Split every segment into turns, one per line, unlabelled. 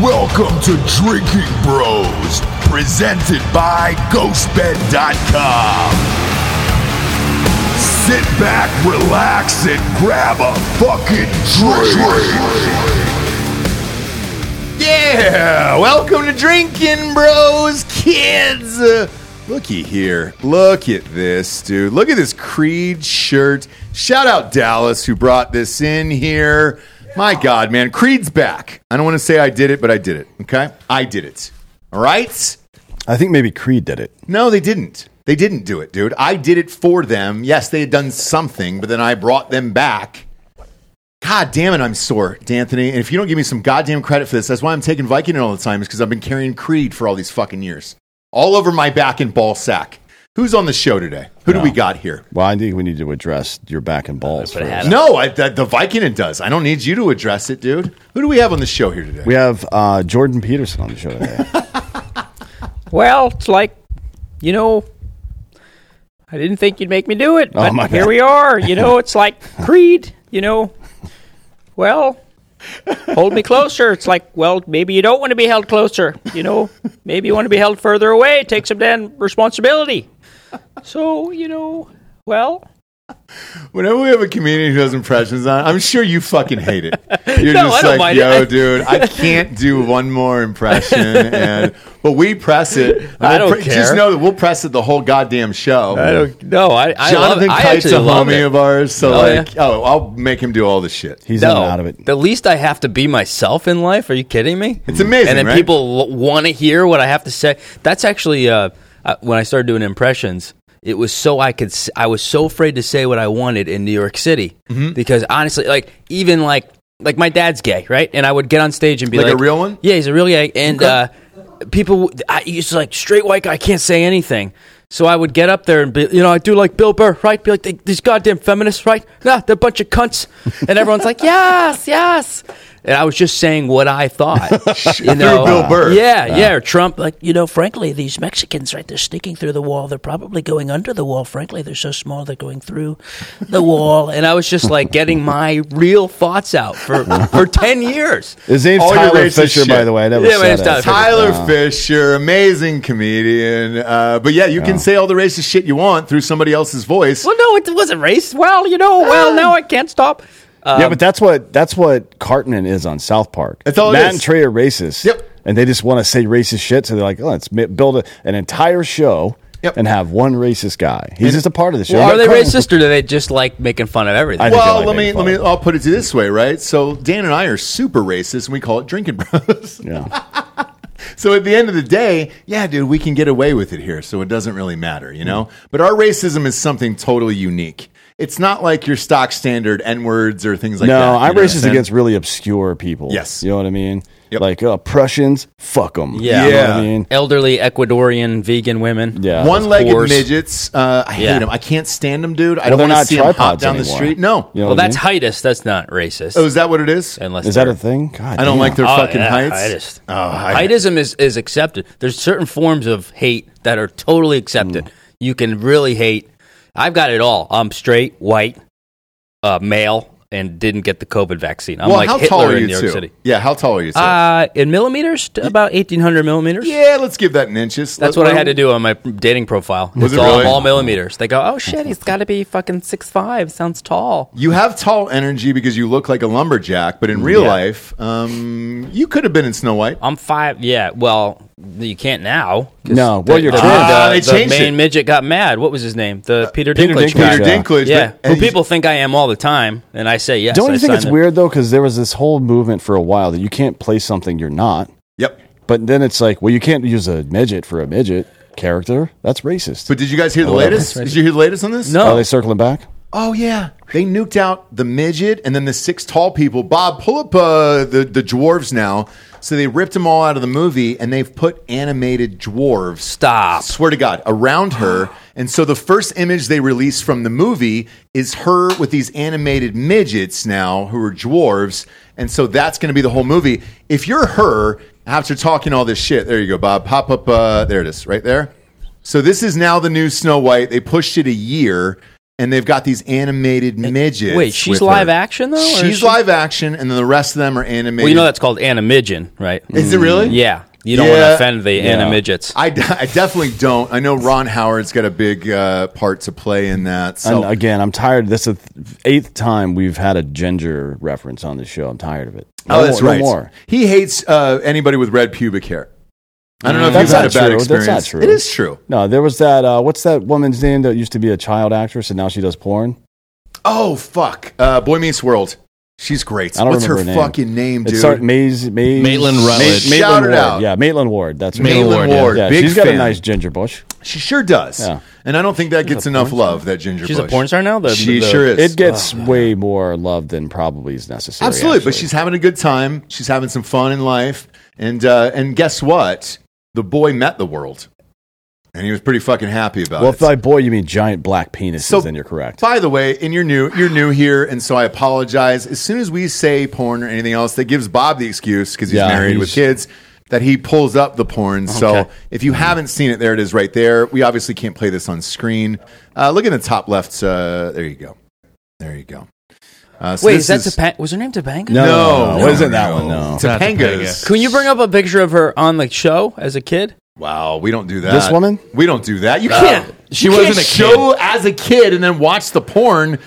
Welcome to Drinking Bros, presented by GhostBed.com. Sit back, relax, and grab a fucking drink.
Yeah, welcome to Drinking Bros, kids. Uh, looky here. Look at this, dude. Look at this Creed shirt. Shout out Dallas who brought this in here. My God, man. Creed's back. I don't want to say I did it, but I did it. Okay? I did it. All right?
I think maybe Creed did it.
No, they didn't. They didn't do it, dude. I did it for them. Yes, they had done something, but then I brought them back. God damn it, I'm sore, D'Anthony. And if you don't give me some goddamn credit for this, that's why I'm taking Viking all the time, is because I've been carrying Creed for all these fucking years. All over my back and ball sack. Who's on the show today? Who do we got here?
Well, I think we need to address your back and balls
what I
first.
had.
No, I, the, the Viking does. I don't need you to address it, dude. Who do we have on the show here today?
We have uh, Jordan Peterson on the show today.
Well, it's like, you know, I didn't think you'd make me do it, but
my
here
bad.
we are. You know, it's like Creed. You know, well, hold me closer. It's like, well, maybe you don't want to be held closer. You know, maybe you want to be held further away. Take some damn responsibility. So you know, well,
Whenever we have a comedian who does impressions on, I'm sure you fucking hate it. You're
No,
just
I don't
like,
mind it.
yo,
I-
dude, I can't do one more impression, and but we press it.
I
We'll
don't
Just
care.
know that we'll press it the whole goddamn show.
no, I, I
Jonathan Kite's a homie of ours, so
Oh,
like, oh, I'll make him do all the shit.
He's in
No,
and out of it.
the least I have to be myself in life. Are you kidding me?
It's amazing,
And then
right?
people l- want to hear what I have to say. That's actually uh, uh, when I started doing impressions. It was so I could. s- I was so afraid to say what I wanted in New York City
Mm-hmm.
because honestly, like even like like my dad's gay, right? And I would get on stage and be
Like
like,
a real one?
Yeah, he's a real gay, and uh, people. would- I used to like straight white guy can't say anything. So I would get up there and be, you know, I do like Bill Burr, right? Be like, "They- these goddamn feminists, right? Nah, they're a bunch of cunts. And everyone's like, yes, yes. And I was just saying what I thought. you know? uh,
Bill Burr. Uh.
Yeah, yeah,
Uh,
or Trump. Like,
Like, you know, frankly, these Mexicans, right, they're sneaking through the wall. They're probably going under the wall. Frankly, they're so small, they're going through the wall.
and I was just like getting my real thoughts out for, for 10 years.
His name's
All your
Tyler
racist
Fisher, by
shit.
the way. I never
Yeah, my
said
name's
it.
Tyler Fisher.
Tyler Fisher, amazing comedian. Uh, but yeah, you can say all the racist shit you want through somebody else's voice.
Well, no, it wasn't race. Well, you know,
well, now I can't stop.
yeah, but that's what that's what Cartman is on South Park.
That's all it
Matt
is.
and Trey are racist.
Yep.
And they just want to say racist shit, so they're like, oh, let's mi- build a, an entire show
Yep.
and have one racist guy. He's just a part of the show.
Well, are they
Cartman-
racist or do they just like making fun of everything?
I think
Well,
I like
let me
making
let
fun
me.
of
I'll put it to this way, right? So Dan and I are super racist, and we call it drinking bros.
Yeah.
So at the end of the day, yeah, dude, we can get away with it here, so it doesn't really matter, you
Mm.
know? But our racism is something totally unique. It's not like your stock standard N words or things like
no,
that. you
I'm
know what
racist
saying?
against really obscure people.
Yes.
you know what I mean.
Yep.
Like uh, Prussians, fuck them.
Yeah.
you know what
Yeah.
I mean.
Elderly Ecuadorian vegan women.
Yeah,
One legged
whores.
midgets. Uh, I hate 'em.
Yeah.
hate them. I can't stand them, dude. I
Well,
don't
they're
want to
not
see them hop
tripods
down the
anymore.
street. No.
You know
Well,
what I
that's
mean?
heightus. That's not racist.
Oh, is that what it is?
unless
is that
they're-
a thing? God,
I don't
damn.
like their
Oh,
fucking
yeah,
heights.
Heightis.
Oh, I-
Heightism is, is accepted. There's certain forms of hate that are totally accepted.
Hmm.
You can really hate. I've got it all. I'm straight, white, uh, male, and didn't get the COVID vaccine. I'm
well,
like
how
Hitler
tall are
in
you
New York
two?
City.
Yeah, how tall are you two?
Uh, in millimeters, to about 1,800 millimeters.
yeah, let's give that in inches.
That's
Let-
what I had to do on my dating profile.
Was
it's
it
all,
really?
all millimeters. They go, oh shit, he's got to be fucking six five. Sounds tall.
You have tall energy because you look like a lumberjack, but in real life, um, you could have been in Snow White.
I'm five. Yeah. Well, you can't now. 'cause
No, well, you're
the,
trans.
Ah,
the,
they
the
changed
main
it. Uh,
midget got mad. What was his name? The Peter
Peter
Dinklage.
Dinklage,
guy.
Peter
yeah.
Dinklage.
Yeah,
but-
who people think I am all the time, and I say yes.
Don't
I
you think
sign
it's
the-
weird though? Because there was this whole movement for a while that you can't play something you're not,
Yep.
but then it's like, well, you can't use a midget for a midget character. That's racist.
But did you guys hear the
Oh,
Well,
latest? Did you hear the latest on this?
Are
No,
they circling back?
Oh yeah, they nuked out the midget and then the six tall people. Bob, pull up uh, the the dwarves now. So they ripped them all out of the movie, and they've put animated dwarves.
Stop.
Swear to God, around her. And so the first image they released from the movie is her with these animated midgets now who are dwarves. And so that's going to be the whole movie. If you're her, after talking all this shit, there you go, Bob. Pop up. Uh, there it is, right there. So this is now the new Snow White. They pushed it a year. and they've got these animated midgets.
wait, she's
with her.
live action, though, or
She's
is she-
live action, and then the rest of them are animated.
Well, you know Mm, that's called animidgen, right?
Is it really?
Yeah. You don't want
Yeah.
to offend the animidgets.
I, d- I definitely don't. I know Ron Howard's got a big uh, part to play in that. So
And uh, again, I'm tired. This is the eighth time we've had a ginger reference on this show. I'm tired of it.
oh, that's
more,
right.
No more.
He hates uh, anybody with red pubic hair. I don't know if
Mm, That's
you've had a
not
bad
true. That's
experience.
not true.
It is true.
No, there was that. Uh, what's that woman's name that used to be a child actress and now she does porn?
Oh fuck! Uh, Boy Meets World. She's great.
I don't
What's her,
remember her name.
fucking name, dude?
It's start Maze, Maze,
Maitland Rutledge.
Ma- Maitland
Shout it
Ward.
out.
Yeah, Maitland Ward. That's her name.
Maitland
Maitland
Ward, yeah.
Ward.
Yeah,
Big
she's got
fan.
a nice ginger bush.
She sure does.
Yeah.
And I don't think that gets enough love. That Ginger.
She's a
Bush.
porn star now? The-
she
the-
sure is.
It gets way more love than probably is necessary.
Absolutely, but
actually.
she's having a good time. She's having some fun in life, and uh, and guess what? The boy met the world, and he was pretty fucking happy about
Well,
it.
if by boy you mean giant black penises,
So-
then you're correct.
By the way, and you're new, you're new here, and so I apologize. As soon as we say porn or anything else, that gives Bob the excuse because he's
Yeah,
married with
he's-
kids that he pulls up the porn. So
Okay.
if you haven't seen it, there it is right there. We obviously can't play this on screen. Uh, look in the top left. Uh, there you go. There you go. Uh, so
Wait,
this
is that Topanga? Was her name Topanga?
No,
No,
no,
no,
it isn't that
no.
one? No,
It's not
Topanga's.
Can you bring up a picture of her on the show as a kid?
Wow, we don't do that.
This woman?
We don't do that. You can't.
Uh, She
you
wasn't
can't
a
show as a kid and then watch the porn.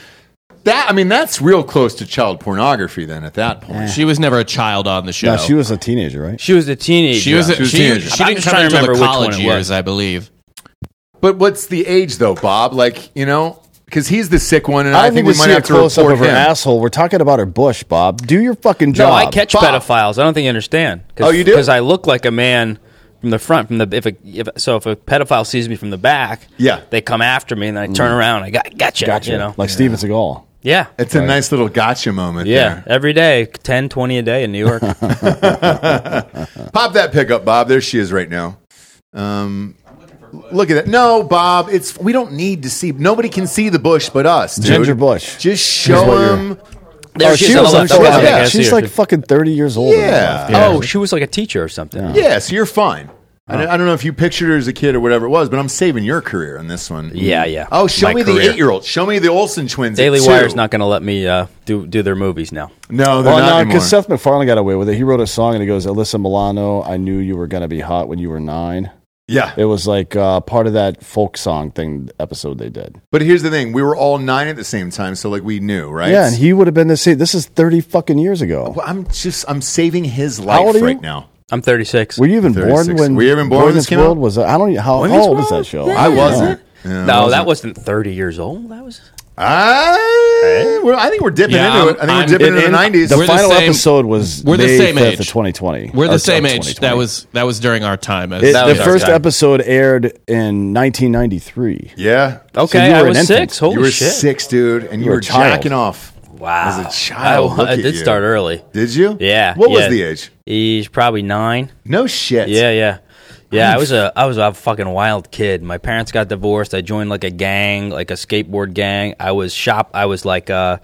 That I mean, that's real close to child pornography. Then at that point,
She was never a child on the show.
no, she was a teenager, right?
She was a teenager.
She was. A,
She was a
she,
teenager.
she
I'm
didn't
just
come
trying to
until the
remember which one
college
it
years,
was.
I believe.
but what's the age though, Bob? Like you know, because he's the sick one, and I, think we
we
might
see a
have to
close up
report
of her
him.
asshole. We're talking about her bush, Bob. Do your fucking
No,
job.
I catch
Bob.
pedophiles. I don't think you understand. Cause,
Oh, you do?
Because I look like a man from the front. From the if, a, if so, if a pedophile sees me from the back,
Yeah.
they come after me, and I turn around. I got gotcha.
Gotcha.
You know,
Like Steven Seagal.
yeah,
It's a nice little gotcha moment.
yeah.
there.
Every day, 10, 20 a day in New York.
Pop that pickup, Bob. There she is right now. Um, look at that. No, Bob. It's we don't need to see. Nobody can see the bush but us. Dude.
Ginger bush.
Just
Is what
show
you're-
him.
there
Oh,
she is on the
like,
left. That's
yeah,
right.
yeah,
I can see
she's
her.
like fucking thirty years old.
Yeah.
oh, she was like a teacher or something.
Yeah, so you're fine. I
Oh.
don't, I don't know if you pictured her as a kid or whatever it was, but I'm saving your career on this one.
Yeah, yeah.
Oh, show
My
me the
career.
eight year old. Show me the Olsen twins. at
Daily
two.
Wire's not going to let me uh, do do their movies now.
No, they're not
Well, no,
anymore.
because Seth MacFarlane got away with it. He wrote a song and he goes, "Alyssa Milano, I knew you were gonna be hot when you were nine.
yeah,
It was like uh, part of that folk song thing episode they did.
but here's the thing: we were all nine at the same time, so like we knew, right?
Yeah, and he would have been the same. This is thirty fucking years ago.
Well, I'm just I'm saving his life
old are you?
right now.
I'm 36.
Were you even
36.
born when?
Were you even born
Boy
when this
Meets
came
World
out?
Was I don't know how, how old was that show? Uh-huh.
I wasn't.
no, that wasn't 30 years old. That was
I, well, I think we're dipping into
Yeah, I'm-
it. I think
I'm-
we're dipping
in-
into the
in-
nineties.
The
We're the
final
same-
episode was
we're the
May
same
5th
age.
of 2020.
We're
Or
the same
of
age.
2020.
That was that was during our time. As,
It-
That
the
was our
first
time.
episode aired in 1993.
yeah,
okay.
you were
I
an
was
infant.
six. Holy
you were
shit!
six, dude, and you,
were
were
a child.
jacking off.
Wow.
As a child,
I,
look
I
at
did
you.
start early.
Did you?
Yeah.
What was
yeah.
the age?
He's probably nine.
No shit.
Yeah, yeah, yeah. I was a I was a fucking wild kid. My parents got divorced. I joined like a gang, like a skateboard gang. I was shop. I was like, uh,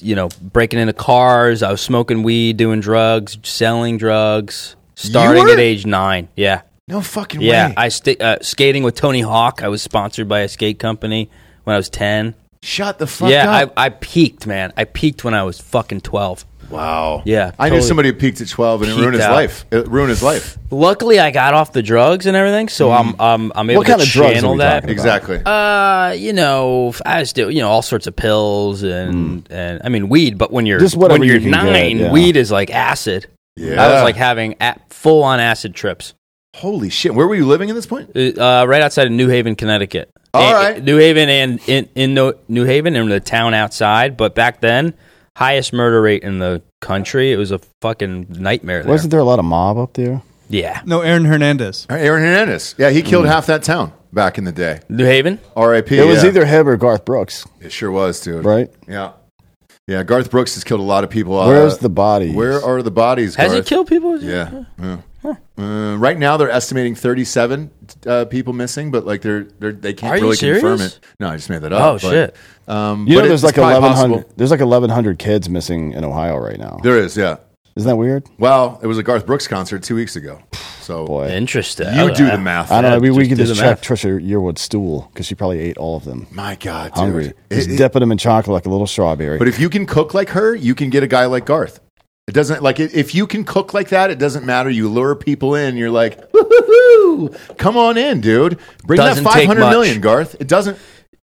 you know, breaking into cars. I was smoking weed, doing drugs, selling drugs. Starting
were?
at age nine. Yeah,
No fucking
yeah.
way.
I sta uh, skating with Tony Hawk. I was sponsored by a skate company when I was ten.
Shut the fuck
yeah,
up.
I, I peaked, man. I peaked when I was fucking twelve.
wow.
Yeah,
I knew
totally.
somebody who peaked at 12 and it
Peaked
ruined his
out.
life. It ruined his life.
Luckily, I got off the drugs and everything, so I'm I'm I'm
Mm-hmm.
able
What
to
kind of drugs are
channel
we
that.
talking about?
Exactly.
Uh, you know, f- I was doing you know all sorts of pills and and I mean weed, but when you're
Mm. Just whatever
when you're
you can get,
nine,
yeah.
weed is like acid.
yeah.
I was like having a full on acid trips.
holy shit. Where were you living at this point?
Uh, right outside of New Haven, Connecticut.
All
A-
right.
New Haven and in in no, New Haven and the town outside, but back then highest murder rate in the country. It was a fucking nightmare. There.
Wasn't there a lot of mob up there?
Yeah,
No, Aaron Hernandez.
Aaron Hernandez. Yeah, he
Mm.
killed half that town back in the day.
New Haven.
R.I.P.
It was
yeah.
either him or Garth Brooks,
It sure was, dude.
right?
Yeah. Yeah, Garth Brooks has killed a lot of people. Uh,
Where's the body?
Where are the bodies?
Has
Garth?
he killed people?
Yeah. yeah. Uh, right now, they're estimating 37 uh, people missing, but like they're, they're they can't
Are you
really confirm
serious?
it. No, I just made that up.
Oh,
but,
shit.
Um,
You
but
know,
it's
there's like
probably
1100.
possible.
There's like 1100 kids missing in Ohio right now.
There is, yeah.
Isn't that weird?
Well, it was a Garth Brooks concert two weeks ago. So
Boy.
Interesting.
you do the math.
I don't know. Maybe we could
do
just
the
check Trisha Yearwood's stool because she probably ate all of them.
My God, dude.
Hungry.
It-
Just
it-
dipping them in chocolate like a little strawberry.
but if you can cook like her, you can get a guy like Garth. It doesn't like it, if you can cook like that. It doesn't matter. You lure people in. You're like, "Woo-hoo-hoo, come on in, dude. Bring
Doesn't
that
take
five hundred million,
much.
Garth. It doesn't.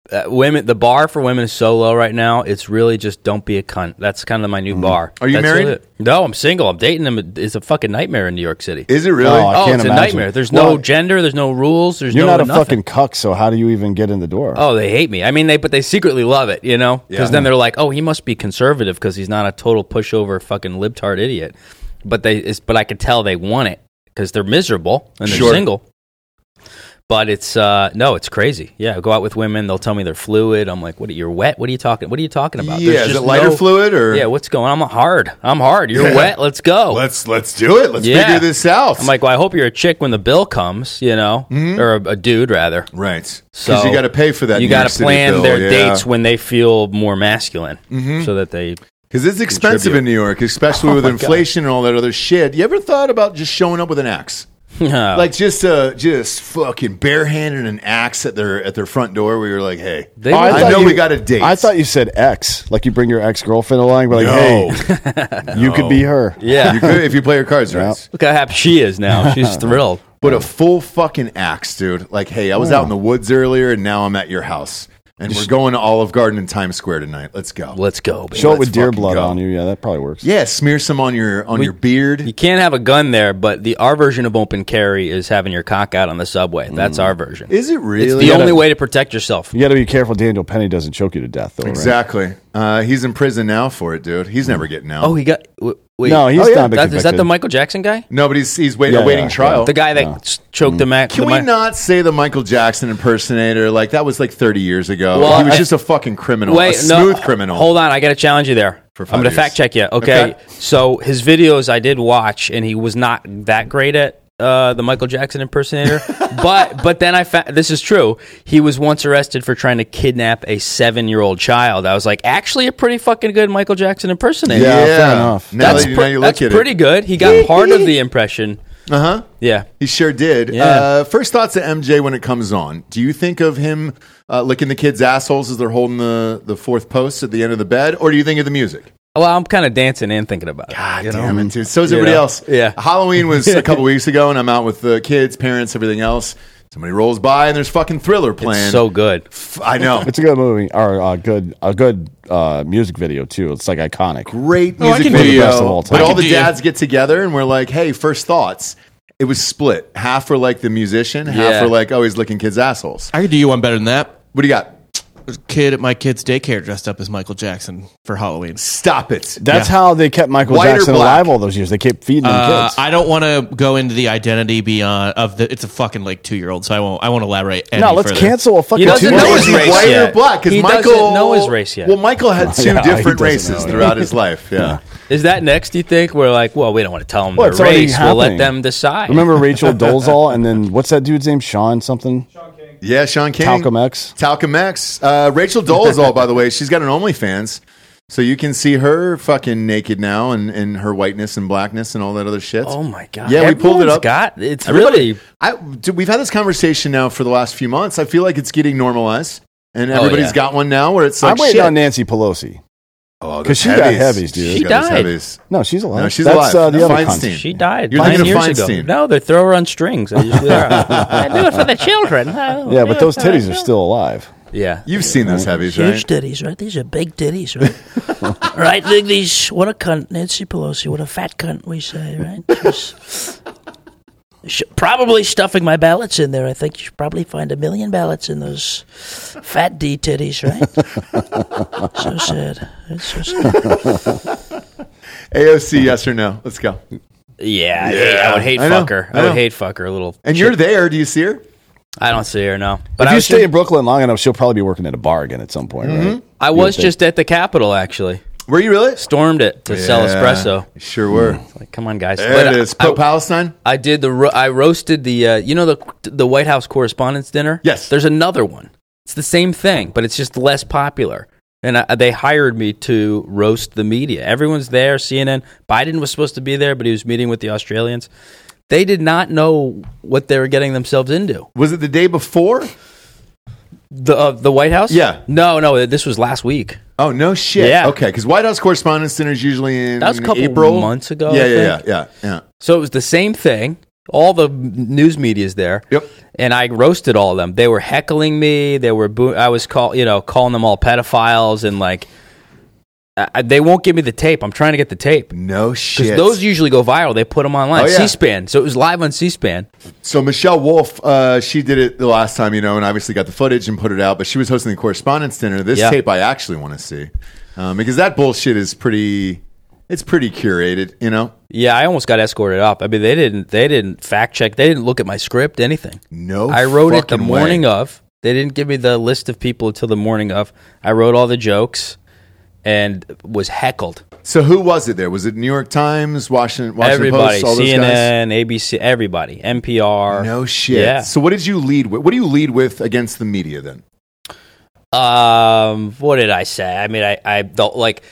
Uh, women, the bar for women is so low right now. It's really just don't be a cunt. That's kind of my
Mm-hmm.
new bar.
Are you
That's
married?
really it. No, I'm single. I'm dating him. It's a fucking nightmare in New York City.
Is it really?
Oh, I
oh,
can't
it's a
imagine.
nightmare. There's
Well,
no gender. There's no rules. There's
You're
no
not a fucking
nothing.
cuck, so how do you even get in the door?
Oh, they hate me. I mean, they but they secretly love it, you know, because
Yeah.
then they're like, oh, he must be conservative because he's not a total pushover fucking libtard idiot. But they, it's, but I could tell they want it because they're miserable and they're
Sure.
single. But it's uh, no, it's crazy. Yeah, I go out with women. They'll tell me they're fluid. I'm like, what? You're wet. What are you talking? What are you talking about?
yeah,
There's
is
just
it lighter
no-
fluid or
Yeah, what's going? on? I'm hard. I'm hard. You're
Yeah.
wet. Let's go.
Let's let's do it. Let's
Yeah.
figure this out.
I'm like, well, I hope you're a chick when the bill comes, you know,
Mm-hmm.
or a, a dude rather.
right, because
So
you got to pay for that.
You
got
gotta
to
plan their dates when they feel more masculine,
Mm-hmm.
so that they.
because it's expensive in New York,
Oh
especially with inflation and all that other shit. You ever thought about just showing up with an axe? like just uh just fucking barehanded an axe at their at their front door where you're like hey
They
Oh,
would-
I
thought
know
you-
we got a date.
I thought you said ex, like you bring your ex girlfriend along, but like,
no
hey, you could be her.
yeah.
you could if you play your cards right
Look how happy she is now. She's thrilled.
but a full fucking axe dude like hey I was out in
Oh.
the woods earlier and now I'm at your house and we're going to Olive Garden and Times Square tonight let's go
Let's go. Baby.
Show it
Let's
with deer
fucking
blood
go.
on you. Yeah, that probably works.
yeah smear some on your on your beard
You can't have a gun there, but the our version of open carry is having your cock out on the subway. That's our version.
Mm. is it
It's
really
the only way to protect yourself.
You got to be careful. Daniel Penny doesn't choke you to death, though. right?
exactly uh, he's in prison now for it dude he's never getting out
Oh, he got. w- Wait,
No, he's
oh,
not been
That- Is that
convicted.
the Michael Jackson guy?
no but he's he's wait,
Yeah,
awaiting
yeah,
trial
The guy that s- choked the man.
Can
the
we
ma-
not say the Michael Jackson impersonator? Like that was like 30 years ago.
Well,
he was
I-
just a fucking criminal, a
no,
smooth criminal.
Hold on, I got to challenge you there.
For five
I'm going
years.
to fact check you. Okay?
Okay.
so his videos I did watch, and he was not that great at uh, the Michael Jackson impersonator. but but then I fa- this is true. He was once arrested for trying to kidnap a seven year old child. I was like, actually, a pretty fucking good Michael Jackson impersonator.
yeah,
fair enough.
Now,
that's
that, you-
pre-
now you look
that's
at
pretty
it.
good. He got part of the impression.
Uh huh.
Yeah.
He sure did.
Yeah.
Uh, first thoughts of MJ when it comes on. Do you think of him uh, licking the kids' assholes as they're holding the, the fourth post at the end of the bed, or do you think of the music?
Well, I'm kind of dancing and thinking about it.
God damn it, dude. So is everybody
know?
else.
Yeah.
Halloween was a couple weeks ago, and I'm out with the kids, parents, everything else. Somebody rolls by, and there's fucking Thriller playing.
So good.
I know.
It's a good movie or a good a good uh, music video too. It's like iconic.
great
Oh, I
music
can do
video.
you.
Best of all time.
But
I
all
can
the
do you.
dads get together and we're like, hey, first thoughts. It was split. Half were like the musician, half
Yeah.
were like, oh, he's licking kids' assholes.
I could do you one better than that.
What do you got?
There's a kid at my kid's daycare dressed up as Michael Jackson for Halloween.
Stop it.
That's
Yeah.
how they kept Michael
White or
Jackson
black?
alive all those years. They kept feeding him
Uh,
kids.
I don't want to go into the identity beyond of the. It's a fucking like two year old, so I won't. I won't elaborate. Any
no, let's
further.
cancel a fucking.
He doesn't
two-year-old.
know
Is
his
he
race
white or
yet.
black? Because
He doesn't
Michael
know his race yet.
Well, Michael had two
Yeah, he
different
doesn't
races
know.
throughout his life. Yeah.
Is that next? Do you think we're like, well, we don't want to tell them
Well,
their
it's already
race. We'll let
happening.
them decide.
Remember Rachel Dolezal and then what's that dude's name? Sean something.
Yeah, Sean King.
Talcum X.
Talcum X. Uh, Rachel Dolezal, by the way, she's got an OnlyFans. So you can see her fucking naked now and, and her whiteness and blackness and all that other shit.
Oh my god!
Yeah, we pulled it
Everyone's
up.
Got it's
Everybody,
really
I, dude, we've had this conversation now for the last few months. I feel like it's getting normalized, and
yeah.
everybody's got one now where it's like,
I'm waiting
shit.
on Nancy Pelosi.
Oh, those
'Cause she got heavies, dude.
She's
She
got those
died.
heavies.
No, she's alive.
No, she's
That's,
alive.
Uh, the
No,
other
Feinstein.
cunt.
she died
You're
nine
thinking of
years ago.
Feinstein.
No, they throw her on strings. I usually are.
I do it for the children. Oh,
Yeah,
do
but
it
those
for
titties
the
are
children.
still alive.
yeah,
You've seen those heavies,
Huge
right?
titties, right? These are big titties, right? right? Look, these. What a cunt, Nancy Pelosi. What a fat cunt, we say, right? She's- she- probably stuffing my ballots in there. I think you should probably find a million ballots in those fat D titties, right? so sad. It's so sad.
AOC, yes or no? Let's go.
yeah. I hate- I would hate
I know,
fuck her.
I
I, would
know.
hate fuck her a little.
And you're there. Do you see her?
I don't see her no. But
if
I
you
was,
stay in
just,
Brooklyn long enough, she'll probably be working at a bar again at some point,
Mm-hmm.
right?
I was just at the Capitol actually.
Were you really?
Stormed it to sell
Yeah,
espresso.
you Sure were.
Mm.
Like, come on, guys.
There
But
it is.
I,
Pro Palestine.
I did the ro- I roasted the uh, you know the the White House Correspondents' Dinner.
Yes.
there's another one. It's the same thing, but it's just less popular. And I, they hired me to roast the media. Everyone's there. CNN. Biden was supposed to be there, but he was meeting with the Australians. They did not know what they were getting themselves into.
Was it the day before?
The uh, the White House?
Yeah.
No, no, this was last week.
Oh no shit.
Yeah.
Okay, because White House Correspondence Dinner is usually in
That was a couple
April
months ago,
Yeah,
I
yeah,
think.
yeah, yeah, yeah.
So it was the same thing. All the news media's there.
Yep.
And I roasted all of them. They were heckling me. They were boo- I was call you know calling them all pedophiles and like I, I- they won't give me the tape. I'm trying to get the tape
No
because
shit.
those usually go viral. They put them online.
Oh, yeah.
C-SPAN. So it was live on C-SPAN.
So Michelle Wolf, uh, she did it the last time, you know, and obviously got the footage and put it out. But she was hosting the correspondence dinner. This
Yeah.
tape I actually want to see um, because that bullshit is pretty. It's pretty curated, you know.
Yeah, I almost got escorted up. I mean, they didn't they didn't fact check. They didn't look at my script. Anything.
No,
I wrote it the
fucking
morning
way.
of. They didn't give me the list of people until the morning of. I wrote all the jokes and was heckled.
So who was it? There was it New York Times, Washington, Washington
everybody,
Post, all those guys.
CNN, ABC, everybody, NPR.
No shit.
Yeah.
So what did you lead with? What do you lead with against the media then?
Um, what did I say? I mean, I, I don't like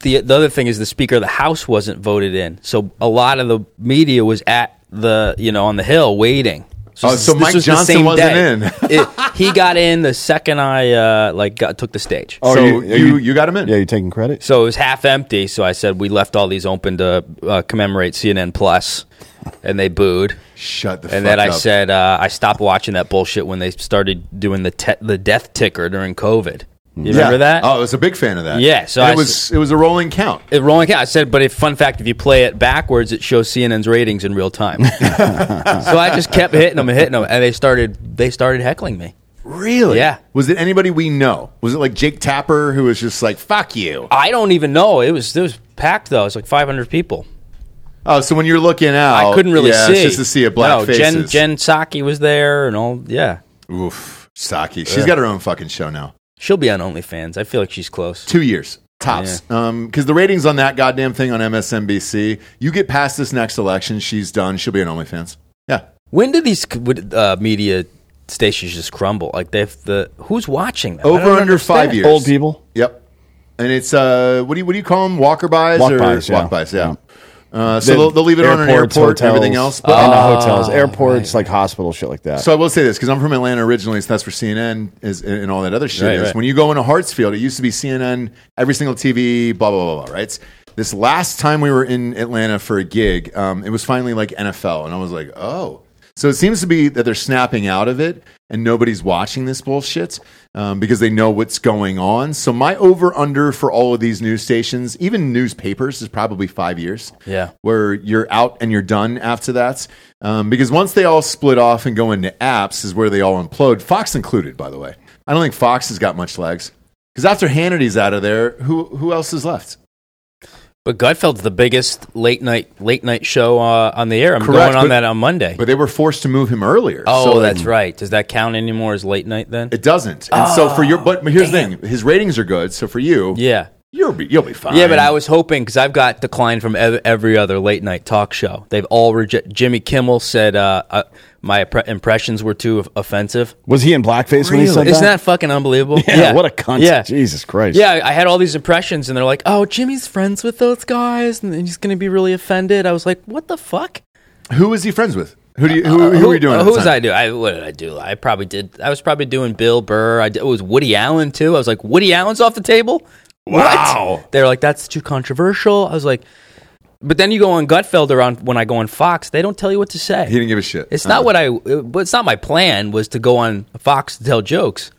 the the other thing is the Speaker of the House wasn't voted in, so a lot of the media was at the you know on the Hill waiting.
Oh, so Mike
the
Johnson
same
wasn't
day.
in.
It- he got in the second I uh, like got, took the stage.
so you,
you- are
you,
you-
got him in.
Yeah, you taking credit?
So it was half empty. So I said we left all these open to uh, commemorate CNN Plus, and they booed.
Shut the. fuck
And then I
up.
said uh, I stopped watching that bullshit when they started doing the te- the death ticker during COVID. You remember that?
Oh, I was a big fan of that.
Yeah, so
And
I
it was it was a rolling count.
It rolling count. I said, but if fun fact, if you play it backwards, it shows CNN's ratings in real time. so I just kept hitting them and hitting them, and they started they started heckling me.
Really?
Yeah.
Was it anybody we know? Was it like Jake Tapper who was just like "fuck you"?
I don't even know. It was it was packed though. It was like 500 people.
Oh, so when you're looking out,
I couldn't really
Oh, yeah,
see.
It's just to see a black
no,
face.
Jen Jen Psaki was there and all. Yeah,
Oof, Saki. She's got her own fucking show now.
she'll be on OnlyFans. I feel like she's close.
Two years tops. Um 'cause because the ratings on that goddamn thing on MSNBC. You get past this next election, she's done. She'll be on OnlyFans. Yeah.
When did these c- would, uh, media stations just crumble? Like they have the who's watching them? I
Over
don't
under
understand.
five years.
Old people.
Yep. And it's uh, what do you what do you call them? Walker buys
Walk
or
bys, yeah.
walk buys?
Mm.
Yeah. Uh, so
The
they'll, they'll leave it on an
airports,
airport and everything
hotels,
Oh,
else. But Oh,
and the hotels, airports, like hospital shit like that.
So I will say this because I'm from Atlanta originally, so that's where CNN is and and all that other shit
Right,
is.
right.
When you go into Hartsfield, it used to be CNN, every single TV, blah blah blah blah. Right. It's- This last time we were in Atlanta for a gig, um, it was finally like NFL, and I was like, oh. So it seems to be that they're snapping out of it, and nobody's watching this bullshit um, because they know what's going on. So my over under for all of these news stations, even newspapers, is probably five years
Yeah.
where you're out and you're done after that. Um, because once they all split off and go into apps, is where they all implode. Fox included, by the way. I don't think Fox has got much legs. Because after Hannity's out of there, who who else is left?
But Gutfeld's the biggest late night late night show uh, on the air. I'm
Correct,
going on
but-
that on Monday.
But they were forced to move him earlier.
oh,
So, like,
that's right. Does that count anymore as late night then?
It doesn't. And so for your, but here's the thing: his ratings are good. So for you,
yeah.
you'll be you'll be fine.
Yeah, but I was hoping because I've got declined from ev- every other late night talk show. They've all rejected. Jimmy Kimmel said uh, uh, my impre- impressions were too of- offensive.
Was he in blackface when he said
Isn't
that?
that fucking unbelievable?
yeah, What a cunt.
Yeah.
Jesus Christ.
Yeah, I had all these impressions, and they're like, "Oh, Jimmy's friends with those guys, and he's going to be really offended." I was like, "What the fuck?"
Who is he friends with? Who do you who, who, are you doing?
uh,
at
Who
the
was
time?
I do? I what did I do? I probably did. I was probably doing Bill Burr. I did, it was Woody Allen too. I was like, Woody Allen's off the table.
Wow.
They're like, that's too controversial. I was like, but then you go on Gutfeld around when I go on Fox, they don't tell you what to say.
He didn't give a shit. Uh,
It's not what I. But it's not my plan was to go on Fox to tell jokes.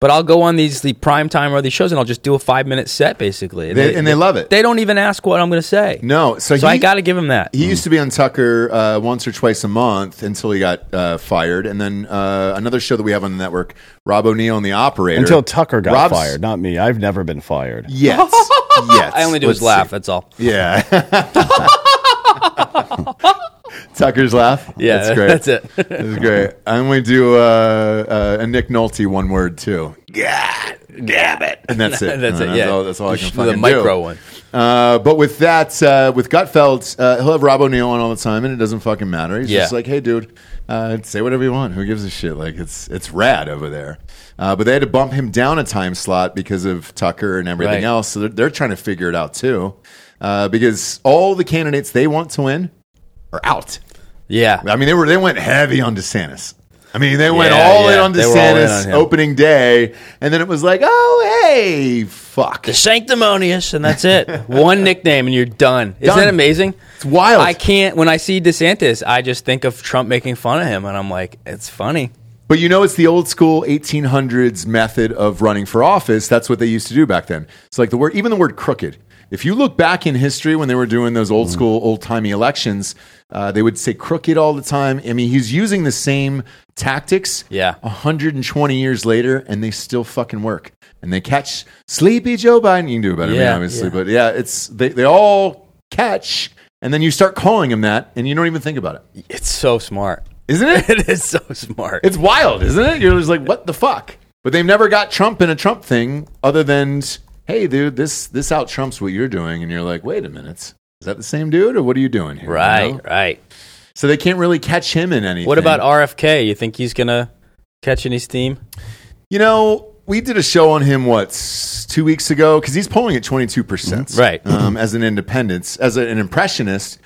But I'll go on these the prime time or these shows, and I'll just do a five minute set basically.
They- and they love it.
They don't even ask what I'm going to say.
No, so,
so
he,
I got to give them that.
He used to be on Tucker uh, once or twice a month until he got uh, fired, and then uh, another show that we have on the network, Rob O'Neill and the Operator.
Until Tucker got
Rob's-
fired, not me. I've never been fired.
Yes, yes.
I only do
Let's
is laugh.
see.
That's all.
Yeah. Tucker's laugh.
Yeah,
that's great.
that's it.
That's great. I'm going to do uh, uh, a Nick Nolte one word too. God damn it! And that's it.
that's
Uh,
it. Yeah,
all, that's all I can
The
fucking
micro
do.
one.
Uh, but with that, uh, with Gutfeld, uh, he'll have Rob O'Neill on all the time, and it doesn't fucking matter. He's
Yeah.
just like, hey, dude, uh, say whatever you want. Who gives a shit? Like, it's it's rad over there. Uh, but they had to bump him down a time slot because of Tucker and everything
Right.
else. So they're, they're trying to figure it out too, uh, because all the candidates they want to win are out.
Yeah.
I mean, they were they went heavy on DeSantis. I mean, they went
Yeah,
all in
yeah.
on
They were all in
DeSantis
on him.
opening day, and then it was like, oh hey, fuck,
The sanctimonious, and that's
That's it. One nickname and you're done. Isn't
Done.
that amazing?
it's wild.
I can't. When I see DeSantis, I just think of Trump making fun of him, and I'm like, it's funny.
But you know, it's the old school 1800s method of running for office. That's what they used to do back then. It's like the word, even the word crooked. If you look back in history when they were doing those old
Mm.
school, old timey elections, uh, they would say crooked all the time. I mean, he's using the same tactics
Yeah.
120 years later, and they still fucking work. And they catch sleepy Joe Biden. You can do it better, than me,
Yeah,
obviously. But yeah, it's they, they all catch, and then you start calling him that, and you don't even think about it.
It's so smart.
Isn't it?
It is so smart.
It's wild, isn't it? You're just like, what the fuck? But they've never got Trump in a Trump thing other than, hey, dude, this this out trumps what you're doing, and you're like, wait a minute, is that the same dude, or what are you doing here? You
right,
know?
right.
So they can't really catch him in anything.
What about RFK? You think he's gonna catch any steam?
you know? We did a show on him what s- two weeks ago because he's polling at twenty two percent,
Mm-hmm. Right.
Um, as an independence, as a- an impressionist,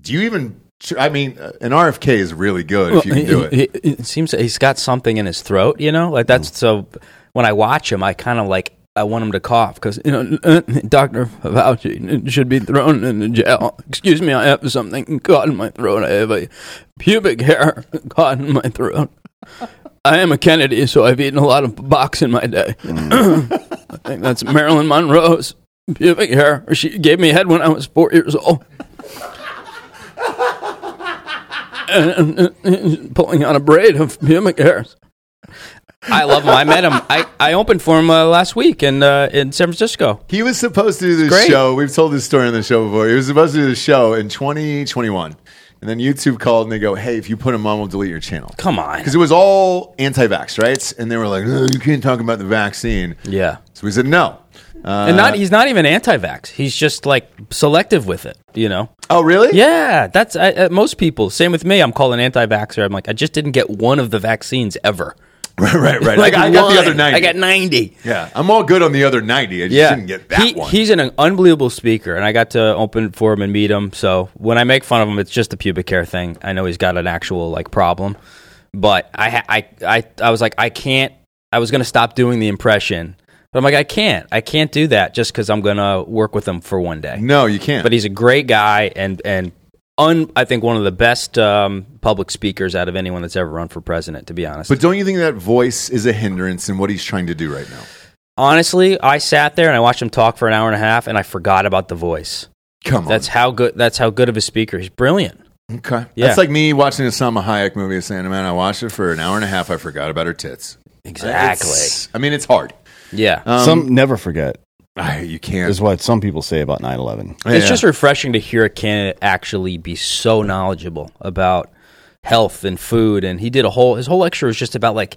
do you even? I mean, uh, an RFK is really good if you can do it. Mm.
It, it seems that he's got something in his throat. You know, like that's so. When I watch him, I kind of like I want him to cough because you know uh, Doctor Fauci should be thrown in jail. Excuse me, I have something caught in my throat. I have a pubic hair caught in my throat. I am a Kennedy, so I've eaten a lot of box in my day.
Mm.
I think that's Marilyn Monroe's pubic hair. She gave me head when I was four years old. pulling on a braid of pubic hairs. I love him. I met him. I, I opened for him uh, last week in uh, in San Francisco.
He was supposed to do this
great.
show. We've told this story on the show before. He was supposed to do this show in 2021. And then YouTube called and they go, hey, if you put him on, we'll delete your channel.
Come on.
Because it was all anti vax, right? And they were like, "Ugh, you can't talk about the vaccine.
Yeah.
So we said, no. Uh,
And not he's not even anti-vax. He's just like selective with it, you know.
oh, really?
Yeah, that's I, uh, most people. Same with me. I'm called an anti-vaxer. I'm like I just didn't get one of the vaccines ever.
right, right, right. Like, I got
one.
the other 90.
I got 90.
yeah. I'm all good on the other 90. I just didn't get that
he,
one.
He's an unbelievable speaker, and I got to open for him and meet him. So when I make fun of him, it's just the pubic hair thing. I know he's got an actual like problem, but I ha- I I I was like I can't. I was gonna stop doing the impression, but I'm like I can't. I can't do that just because I'm gonna work with him for one day.
no, you can't.
But he's a great guy, and and. Un, I think one of the best um, public speakers out of anyone that's ever run for president, to be honest.
but don't you think that voice is a hindrance in what he's trying to do right now?
honestly, I sat there and I watched him talk for an hour and a half, and I forgot about the voice.
Come on.
That's how good. That's how good of a speaker. He's brilliant.
Okay.
Yeah.
That's like me watching a Salma Hayek movie and saying, man, I watched it for an hour and a half. I forgot about her tits. It's- I mean, it's hard.
yeah.
Um,
some never forget
I- you can't.
is what some people say about 9-11.
it's
Yeah.
just refreshing to hear a candidate actually be so knowledgeable about health and food. And he did a whole. His whole lecture was just about like,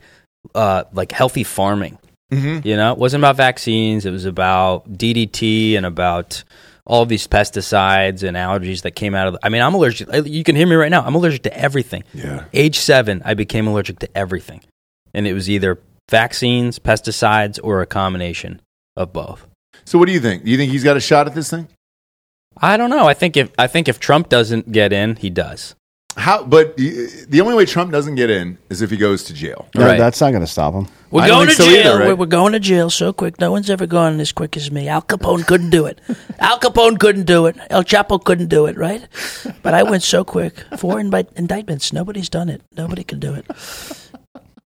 uh, like healthy farming. Mm-hmm. You know, it wasn't about vaccines. It was about DDT and about all these pesticides and allergies that came out of. The, I mean, I'm allergic. uh, You can hear me right now. I'm allergic to everything.
Yeah.
Age seven, I became allergic to everything. And it was either vaccines, pesticides, or a combination of both.
So, what do you think? Do you think he's got a shot at this thing?
I don't know. I think if I think if Trump doesn't get in, he does.
How? But y- the only way Trump doesn't get in is if he goes to jail.
No,
Right.
That's not going to stop him.
we're
I don't
going to
think so
jail.
either, right?
we're, we're going to jail so quick. No one's ever gone as quick as me. Al Capone couldn't do it. Al Capone couldn't do it. El Chapo couldn't do it. Right? But I went so quick. Four invi- indictments. Nobody's done it. Nobody can do it.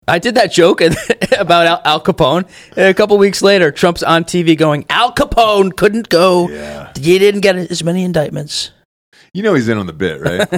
I did that joke about Al, Al Capone. And a couple weeks later, Trump's on TV going, "Al Capone couldn't go."
Yeah.
You didn't get as many indictments.
You know he's in on the bit, right?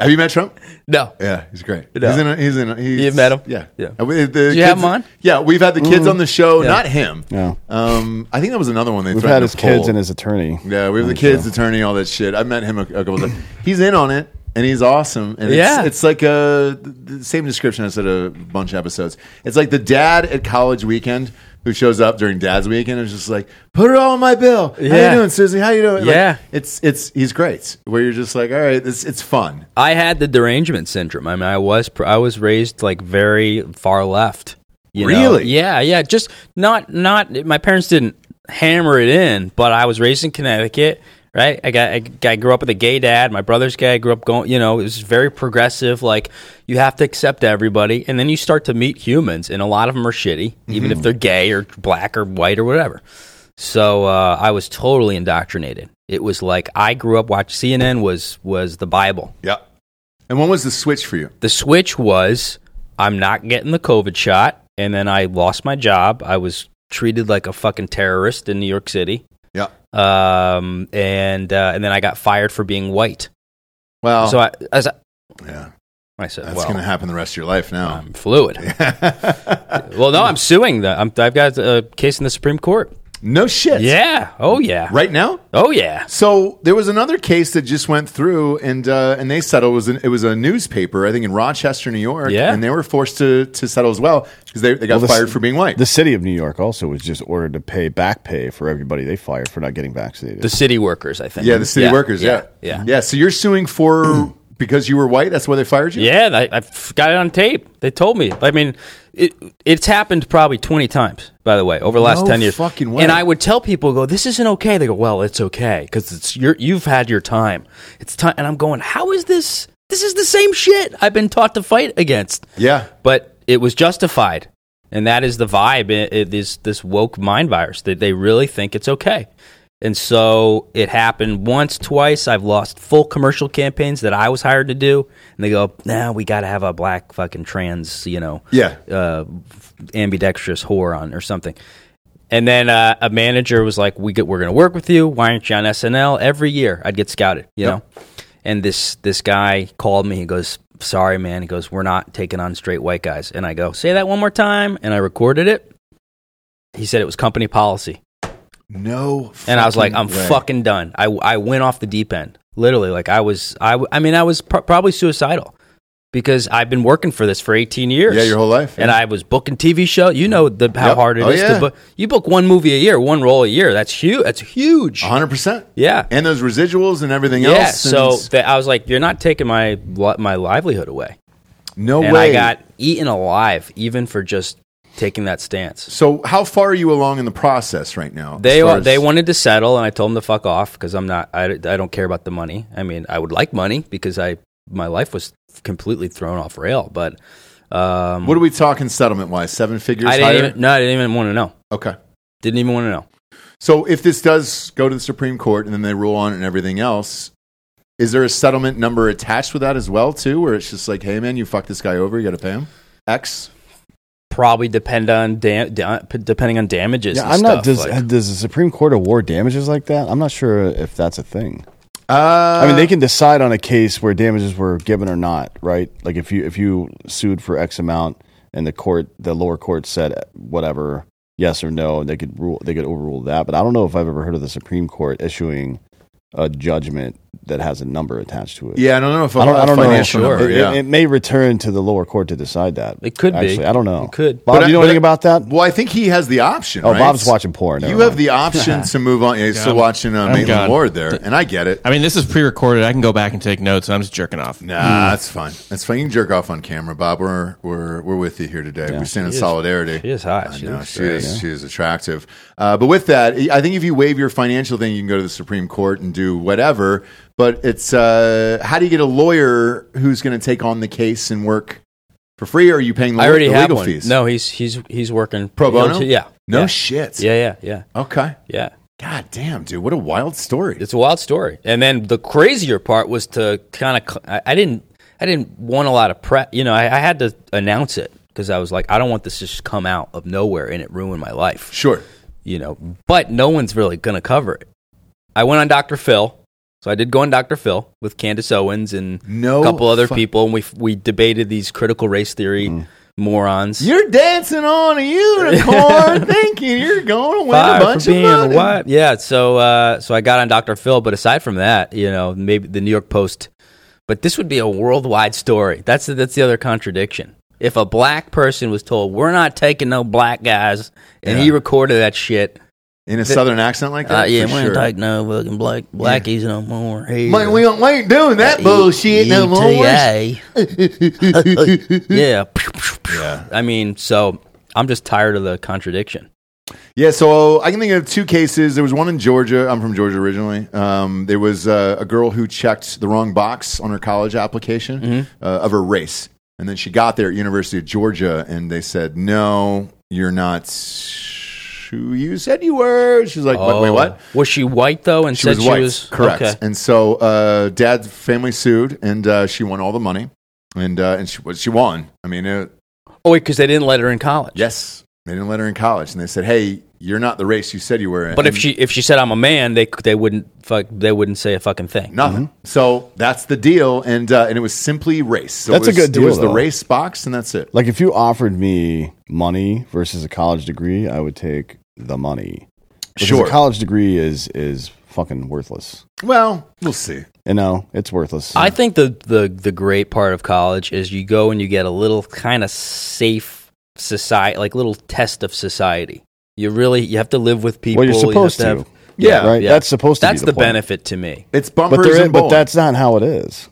Have you met Trump?
No.
Yeah, he's great.
No.
He's in. He's in. He's,
You've met him?
Yeah,
Yeah.
And we- the
Did you have
kids-
him on?
Yeah, we've had the kids
Mm-hmm.
on the show.
Yeah.
Not him.
No.
Um, I think that was another one they
We've
threatened
had
to
his kids
pull.
and his attorney.
Yeah, we have the
Like,
kids,
so.
attorney, all that shit. I met him a, a couple times. He's in on it, and he's awesome. And
Yeah.
it's, it's like a the same description I said a bunch of episodes. It's like the dad at college weekend who shows up during Dad's weekend and is just like, "Put it all on my bill." How
Yeah.
you doing, Susie? How you doing? Like,
Yeah.
it's it's he's great. Where you're just like, all right, it's it's fun.
I had the derangement syndrome. I mean, I was pr- I was raised like very far left. You know?
Really?
Yeah, yeah. Just not not. My parents didn't hammer it in, but I was raised in Connecticut. right? I got I, I grew up with a gay dad. My brother's gay. I grew up going, you know, it was very progressive. Like you have to accept everybody, and then you start to meet humans, and a lot of them are shitty, even if they're gay or black or white or whatever. So uh, I was totally indoctrinated. It was like I grew up watching CNN was was the Bible.
Yep. And when was the switch for you?
The switch was I'm not getting the COVID shot, and then I lost my job. I was treated like a fucking terrorist in New York City,
Yeah.
um, and uh, and then I got fired for being white.
Well,
So I, as I,
yeah,
I said,
Oh. that's
well,
going to happen the rest of your life now.
I'm fluid. well, no, I'm suing. The, I'm, I've got a case in the Supreme Court.
no shit.
Yeah. Oh yeah.
Right now?
Oh yeah.
So there was another case that just went through, and uh, and they settled. It was, an, it was a newspaper, I think, in Rochester, New York.
Yeah.
and they were forced to to settle as well because they, they got
Well, the-
fired for being white.
The city of New York also was just ordered to pay back pay for everybody they fired for not getting vaccinated.
The city workers, I think.
yeah, the city workers. Yeah,
Yeah.
yeah. So you're suing for because you were white. That's why they fired you.
Yeah, I, I've got it on tape. They told me. I mean, it, it's happened probably 20 times, by the way, over the last
No
10 years.
fucking way.
And I would tell people, go, this isn't okay. They go, well, it's okay because it's your, you've had your time. It's time. And I'm going, how is this? This is the same shit I've been taught to fight against.
yeah.
But it was justified. And that is the vibe. It, it is this woke mind virus that they really think it's okay. And so it happened once, twice. I've lost full commercial campaigns that I was hired to do, and they go, "Nah, we got to have a black fucking trans, you know,
Yeah.
uh, ambidextrous whore on or something." And then uh, a manager was like, "We get, we're going to work with you. Why aren't you on SNL every year?" I'd get scouted, you know. And this this guy called me. He goes, "Sorry, man." He goes, "We're not taking on straight white guys." And I go, "Say that one more time." And I recorded it. He said it was company policy,
No.
and I was like, "I'm
way.
fucking done." I I went off the deep end, literally. Like I was, I w- I mean, I was pro- probably suicidal because I've been working for this for 18 years.
Yeah, your whole life.
And I was booking TV show. You know the, how
Yep.
hard it is
Oh, yeah.
to book. You book one movie a year, one role a year. That's huge. That's huge.
100. percent
Yeah.
And those residuals and everything
yeah.
else. and
So
it's-
that I was like, you're not taking my li- my livelihood away.
no
and
way.
I got eaten alive, even for just taking that stance.
So how far are you along in the process right now? as
They
far
they
as-
wanted to settle, and I told them to fuck off because I'm not. I, I don't care about the money. I mean, I would like money because I my life was completely thrown off rail. But um,
What are we talking settlement wise? Seven figures.
I didn't
higher?
even, no, I didn't even want to know.
Okay.
Didn't even want to know.
So if this does go to the Supreme Court and then they rule on it and everything else, is there a settlement number attached with that as well too, where it's just like, hey man, you fucked this guy over, you got to pay him X?
probably depend on da- da- depending on damages.
yeah,
and
I'm not.
stuff,
Does,
like-
does the Supreme Court award damages like that? I'm not sure if that's a thing.
Uh,
I mean, they can decide on a case where damages were given or not, right? Like if you if you sued for X amount and the court, the lower court said whatever, yes or no, they could rule, they could overrule that. But I don't know if I've ever heard of the Supreme Court issuing a judgment that has a number attached to it.
Yeah, I don't know if
I don't,
a
I don't know.
financial
Sure.
number,
It,
yeah.
it, it may return to the lower court to decide that.
It could be.
Actually, I don't know.
It could.
Bob,
But I-
do you know
but
anything
I-
about that?
well, I think he has the option.
Oh,
right?
Bob's watching porn. Never
You
mind.
have the option to move on. Yeah, he's still
I'm-
watching uh,
I'm
Maitland
gone.
Ward there, and I get it.
I mean, this is pre-recorded. I can go back and take notes. I'm just jerking off.
Nah,
Hmm.
that's fine. That's fine. You can jerk off on camera, Bob. We're we're we're with you here today. we stand in solidarity.
she is hot.
I
She
know,
looks
she is. She is attractive. Uh, but with that, I think if you waive your financial thing, you can go to the Supreme Court and do whatever. But it's uh, how do you get a lawyer who's going to take on the case and work for free? Or are you paying the,
I already
the
have
legal
one.
fees?
No, he's he's he's working
pro bono.
Yeah,
No
yeah.
shit.
yeah, yeah, yeah,
Okay.
yeah.
God damn, dude, what a wild story.
It's a wild story. And then the crazier part was to kind of I, I didn't I didn't want a lot of prep. You know, I, I had to announce it because I was like, I don't want this to just come out of nowhere and it ruin my life.
sure.
you know, but no one's really going to cover it. I went on Dr. Phil. So I did go on Dr. Phil with Candace Owens and
No
a couple other
fu- Mm.
people, and we we debated these critical race theory morons.
You're dancing on a unicorn, thinking you're going to win
Fired
a
for
bunch of
being
money.
white. Yeah. So uh, so I got on Dr. Phil, but aside from that, you know, maybe the New York Post. But this would be a worldwide story. That's the, that's the other contradiction. If a black person was told we're not taking no black guys, and he recorded that shit,
In a southern accent like that?
Uh, yeah,
For
we ain't
sure.
take no fucking black blackies no more. Hey,
Man, we, don't- we ain't doing that bullshit
E
no
E
more.
ETA.
yeah. I mean, so I'm just tired of the contradiction.
Yeah, so I can think of two cases. There was one in Georgia. I'm from Georgia originally. Um, there was uh, a girl who checked the wrong box on her college application
Mm-hmm.
uh, of her race, and then she got there at University of Georgia, and they said, "No, you're not who you said you were." She's like, "Wait,
Oh.
wait what?"
Oh. Was she white though? And
She
said
was white,
she was
correct.
Okay.
And so uh, dad's family sued, and uh, she won all the money, and uh, and she well, she won. I mean, it,
Oh wait, because they didn't let her in college.
yes, they didn't let her in college, and they said, "Hey, you're not the race you said you were."
But if
and
she if she said I'm a man, they they wouldn't fuck they wouldn't say a fucking thing.
Nothing. So that's the deal, and uh, and it was simply race. So
That's a
it was-
good
It
deal,
was the
though.
race box, and that's it.
Like if you offered me money versus a college degree, I would take the money. Because
Sure.
a college degree is is fucking worthless.
Well, we'll see.
You know, it's worthless.
I think the, the the great part of college is you go and you get a little kind of safe society, like little test of society. You really you have to live with people.
well, you're
you have
supposed to,
have-
Yeah,
right.
yeah.
That's supposed to.
That's
be
the,
the, point.
benefit to me.
It's
But
bumpers
there,
and
but
bowls.
that's not how it is.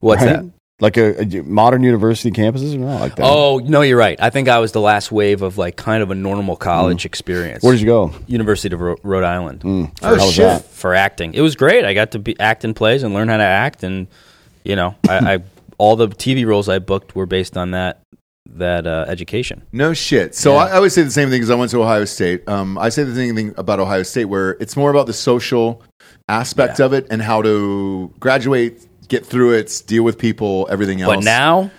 What's
right?
that?
Like a, a- modern university campuses are not like that.
Oh no, you're right. I think I was the last wave of like kind of a normal
Mm.
college experience.
where did you go?
University of Ro- Rhode Island
oh
How was
shit!
that?
for acting. It was great. I got to be, act in plays and learn how to act, and you know, I, I all the TV roles I booked were based on that that uh, education.
No shit. So I, I always say the same thing because I went to Ohio State. Um, I say the same thing about Ohio State where it's more about the social aspect of it and how to graduate, get through it, deal with people, everything else.
But now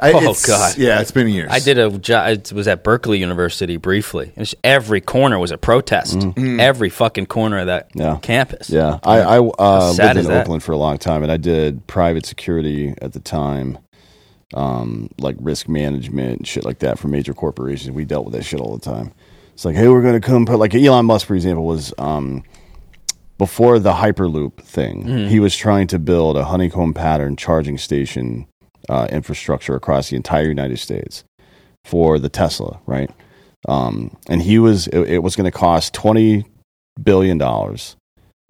I,
oh,
it's-
God.
yeah, it's been years.
I did a job. It was at Berkeley University briefly. It was- every corner was a protest.
Mm.
Every fucking corner of that
Mm-hmm. Yeah.
campus.
Yeah, I, I uh,
sad
lived
is
in
that?
Oakland for a long time, and I did private security at the time, um, like risk management, shit like that for major corporations. We dealt with that shit all the time. It's like, hey, we're going to come put like Elon Musk, for example, was um, before the Hyperloop thing.
Mm-hmm.
He was trying to build a honeycomb pattern charging station uh, infrastructure across the entire United States for the Tesla, right? Um, and he was it, it was going to cost twenty billion dollars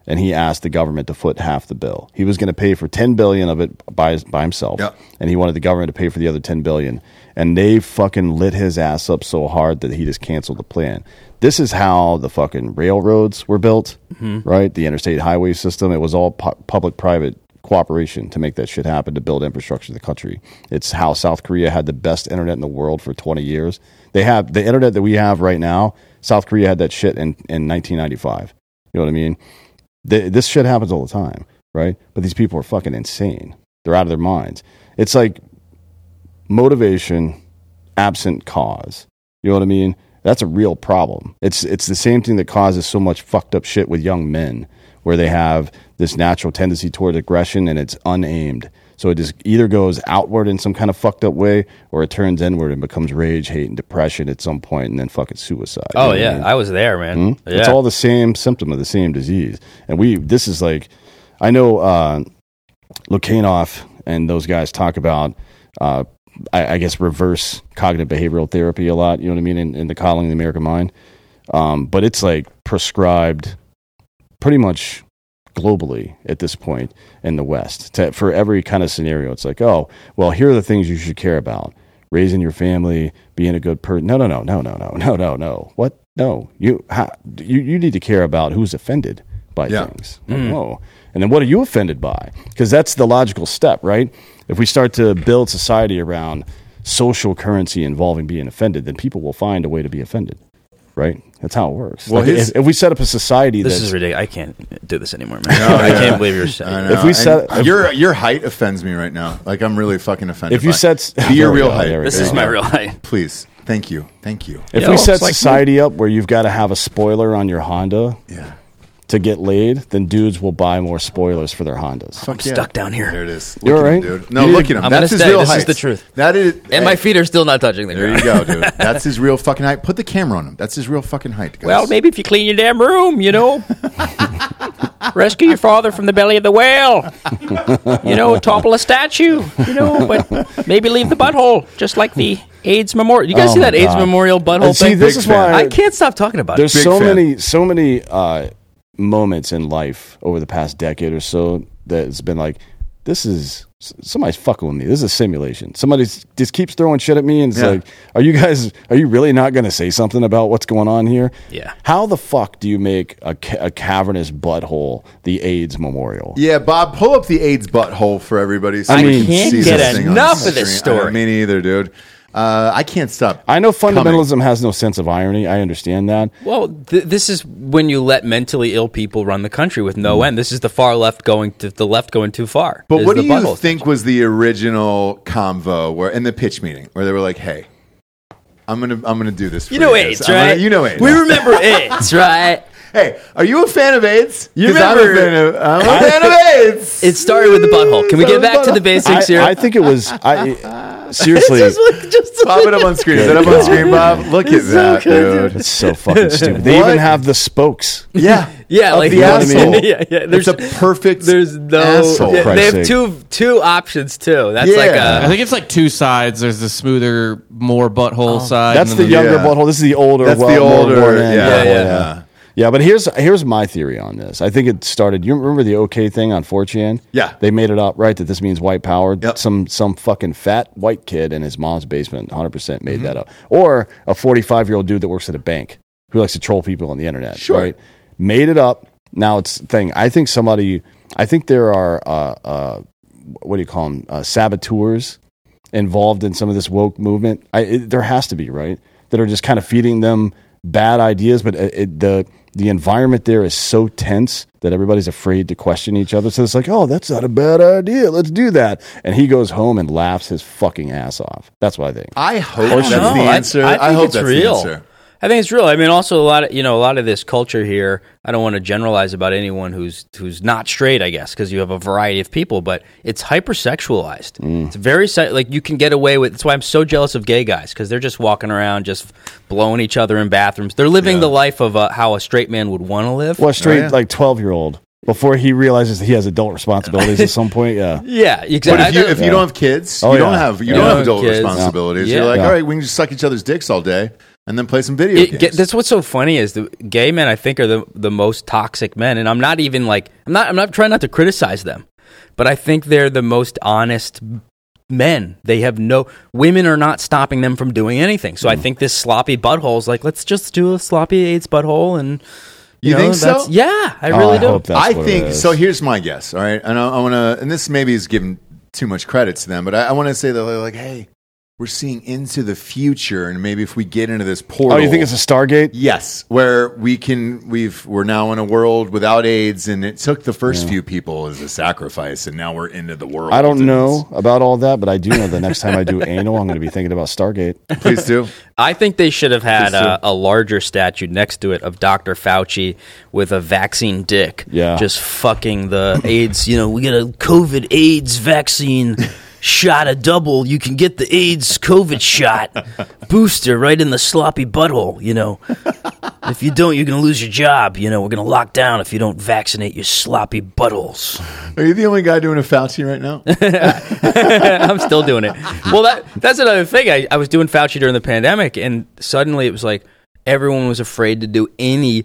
and he asked the government to foot half the bill. He was going to pay for 10 billion of it by his, by himself,
Yeah.
and he wanted the government to pay for the other 10 billion. And they fucking lit his ass up so hard that he just canceled the plan. This is how the fucking railroads were built, right? The interstate highway system. It was all pu- public-private cooperation to make that shit happen to build infrastructure in the country. It's how South Korea had the best internet in the world for 20 years. They have the internet that we have right now. South Korea had that shit in, in 1995. You know what I mean? Th this shit happens all the time, right? But these people are fucking insane. They're out of their minds. It's like motivation absent cause. You know what I mean? That's a real problem. It's it's the same thing that causes so much fucked up shit with young men where they have this natural tendency toward aggression and it's unaimed. So it just either goes outward in some kind of fucked up way or it turns inward and becomes rage, hate, and depression at some point and then fucking suicide. You know
Oh
what I
yeah,
mean?
I was there, man. Yeah.
Mm-hmm. It's all the same symptom of the same disease. And we, this is like, I know uh, Lukanov and those guys talk about, uh, I, I guess, reverse cognitive behavioral therapy a lot. You know what I mean? In, in the Coddling of the American Mind. Um, but it's like prescribed pretty much globally at this point in the West to, for every kind of scenario. It's like, oh, well, here are the things you should care about: raising your family, being a good person. No, no, no, no, no, no, no, no, no. What? No, you how, you you need to care about who's offended by
Yeah.
things. Like, Whoa! And then what are you offended by? Because that's the logical step, right? If we start to build society around social currency involving being offended, then people will find a way to be offended, right? That's how it works.
Well,
Like,
his-
if, if we set up a society
This
that's
is ridiculous. I can't do this anymore, man. I can't believe you're saying.
Oh, I
if we
know,
set-
and
if-
your your height offends me right now. Like I'm really fucking offended.
If you
by it.
set-
be your
There we
real
go,
height,
there we
This is my real life.
please. Thank you, thank you.
If
Yeah,
we
well,
set
it's like-
society up where you've got to have a spoiler on your Honda
Yeah,
to get laid, then dudes will buy more spoilers for their Hondas.
Fuck yeah.
stuck down here.
There it is.
You
Look
all
at him,
right?
dude. No,
You
look at
did-
him.
I'm
That's
gonna
his
stay.
real
This is
height.
the truth.
That is.
And my feet are still not touching the
There
ground.
you go, dude. That's his real fucking height. Put the camera on him. That's his real fucking height. Guys.
Well, maybe if you clean your damn room, you know. Rescue your father from the belly of the whale. You know, topple a statue. You know, but maybe leave the butthole, just like the AIDS memorial. You guys
Oh,
see that
my
AIDS
God.
memorial butthole
And see,
thing?
this
Big
is
fan.
why
I can't stop talking about it.
there's
Big
so
fan.
many, so many uh, moments in life over the past decade or so that it's been like, this is s- somebody's fucking with me. This is a simulation. Somebody just keeps throwing shit at me, and it's
Yeah.
like, are you guys? Are you really not going to say something about what's going on here?
Yeah.
How the fuck do you make a, ca- a cavernous butthole the AIDS memorial?
Yeah, Bob, pull up the AIDS butthole for everybody. So
I
we
mean,
can
can't
see
get
this thing on
enough
the
of this
screen. I don't-
story.
Me neither, dude. Uh, I can't stop.
I know fundamentalism has no sense of irony. I understand that.
Well, th- this is when you let mentally ill people run the country with no end. This is the far left going to the left going too far.
But
Is
what
the
do
butthole.
you think was the original convo where in the pitch meeting where they were like, "Hey, I'm gonna I'm gonna do this." For
You know
guys.
AIDS,
I'm gonna-
right?
you know AIDS.
We remember AIDS, right?
hey, are you a fan of AIDS?
You
'Cause I'm a
remember-
fan of, I'm a fan of AIDS.
It started with the butthole. Can we
Started
get
with
back to
butthole.
the basics here?
I, I think it was. I seriously.
Pop it up on screen. Is that up on screen, Bob? Look at that, dude.
It's so fucking stupid. They
What?
even have the spokes.
Yeah,
Yeah,
Of
like
the asshole.
yeah, yeah. There's
There's a perfect.
there's no.
asshole.
yeah, they
Christ's
have
sake.
two two options too. That's
Yeah.
like
I
a
think it's like two sides. There's the smoother, more butthole side.
Oh. That's
and
the
then
younger
Yeah.
butthole. This is the older.
That's the
well, more
older.
worn in.
yeah,
Yeah, yeah.
yeah.
Yeah, but here's here's my theory on this. I think it started. You remember the OK thing on 4chan?
Yeah.
they made it up right that this means white power.
Yep.
Some some fucking fat white kid in his mom's basement, 100 percent made
Mm-hmm.
that up, or a 45 year old dude that works at a bank who likes to troll people on the internet.
Sure.
right? made it up. Now it's a thing. I think somebody. I think there are uh, uh, what do you call them? Uh, saboteurs involved in some of this woke movement. I, it, there has to be right that are just kind of feeding them bad ideas, but uh, it, it, the the environment there is so tense that everybody's afraid to question each other. So it's like, oh, that's not a bad idea. Let's do that. And he goes home and laughs his fucking ass off. That's what I think.
I hope
I
that's
don't
the
know. I-
answer.
I,
I,
think
hope
it's
that's
real.
the answer.
I think it's real. I mean, also a lot of you know a lot of this culture here. I don't want to generalize about anyone who's who's not straight. I guess because you have a variety of people, but it's hypersexualized.
Mm.
It's very se- like you can get away with. That's why I'm so jealous of gay guys because they're just walking around, just blowing each other in bathrooms. They're living the life of uh, how a straight man would want to live.
Well, a straight
Oh, yeah.
like twelve year old before he realizes that he has adult responsibilities at some point. Yeah.
Yeah,
But
exactly.
if you if you don't have kids,
Oh,
you don't
yeah.
have you
Yeah.
don't have
No
adult
kids.
responsibilities.
Yeah.
You're like,
Yeah.
all right, we can just suck each other's dicks all day and then play some video
It-
games.
get- that's what's so funny is the gay men I think are the the most toxic men, and I'm not even like I'm not I'm not trying not to criticize them, but I think they're the most honest men. They have no women are not stopping them from doing anything. So I think this sloppy butthole is like let's just do a sloppy AIDS butthole, and
You think so?
that's- Yeah, I
Oh,
really
I
do.
hope that's
I
what it
think
is.
so. Here's my guess. All right, and I, I want to, and this maybe is giving too much credit to them, but I, I want to say that they're like, hey, we're seeing into the future, and maybe if we get into this portal,
Oh, you think it's a Stargate?
Yes, where we can we've we're now in a world without AIDS, and it took the first few people as a sacrifice, and now we're into the world.
I don't
and
know about all that, but I do know the next time I do anal, I'm going to be thinking about Stargate.
it's- Please do.
I think they should have had a, a larger statue next to it of Dr. Fauci with a vaccine dick.
Yeah.
Just fucking the AIDS, you
You
know.
know, we get a COVID AIDS vaccine shot a double. You can get the AIDS COVID shot booster right in the sloppy butthole, you know. If you don't, you're going to lose your job. You know, we're going to lock down if you don't vaccinate your sloppy buttholes.
Are you the only guy doing a Fauci right now?
I'm still doing it. Well, that that's another thing. I, I was doing Fauci during the pandemic, and suddenly it was like everyone was afraid to do any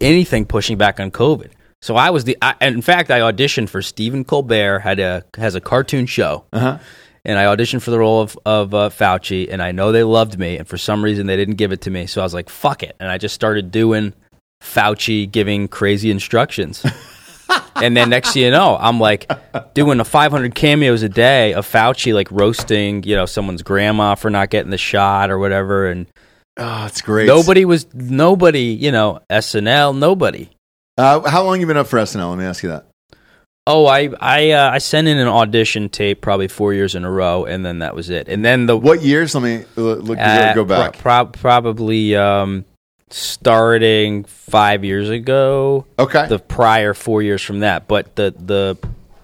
anything pushing back on COVID. So I was the. I, and in fact, I auditioned for Stephen Colbert had a has a cartoon show, and I auditioned for the role of of uh, Fauci, and I know they loved me, and for some reason they didn't give it to me. So I was like, fuck it, and I just started doing Fauci giving crazy instructions. And then next thing you know, I'm like doing a 500 cameos a day of Fauci, like roasting, you know, someone's grandma for not getting the shot or whatever. And
oh, it's great.
nobody was, nobody, you know, SNL, nobody.
Uh, how long you been up for SNL? Let me ask you that.
Oh, I I uh, I sent in an audition tape probably four years in a row, and then that was it. And then the
What years? Let me l- look.
uh,
go back.
pro- pro- probably um, starting five years ago.
okay.
the prior four years from that. But the the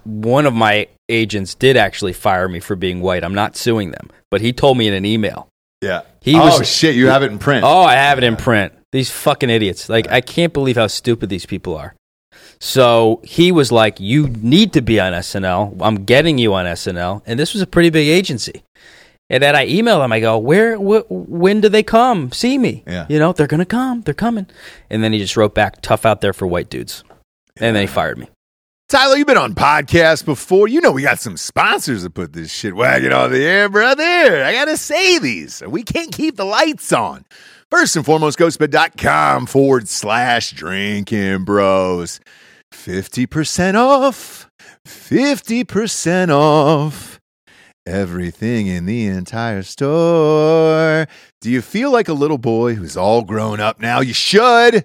one of my agents did actually fire me for being white. I'm not suing them, but he told me in an email.
yeah.
he
oh
was-
shit! You have it in print.
Oh, I have it in print. These fucking idiots. Like I can't believe how stupid these people are. So he was like, "You need to be on SNL. I'm getting you on SNL." And this was a pretty big agency. And then I emailed him. I go, "Where? Wh- when do they come see me?
Yeah.
You know, they're gonna come. They're coming." And then he just wrote back, "Tough out there for white dudes," and then he fired me.
Tyler, you've been on podcasts before. You know we got some sponsors that put this shit wagon on the air, brother. I gotta say these. We can't keep the lights on. First and foremost, ghostbed.com forward slash drinking bros. 50% off. 50% off. Everything in the entire store. Do you feel like a little boy who's all grown up now? You should.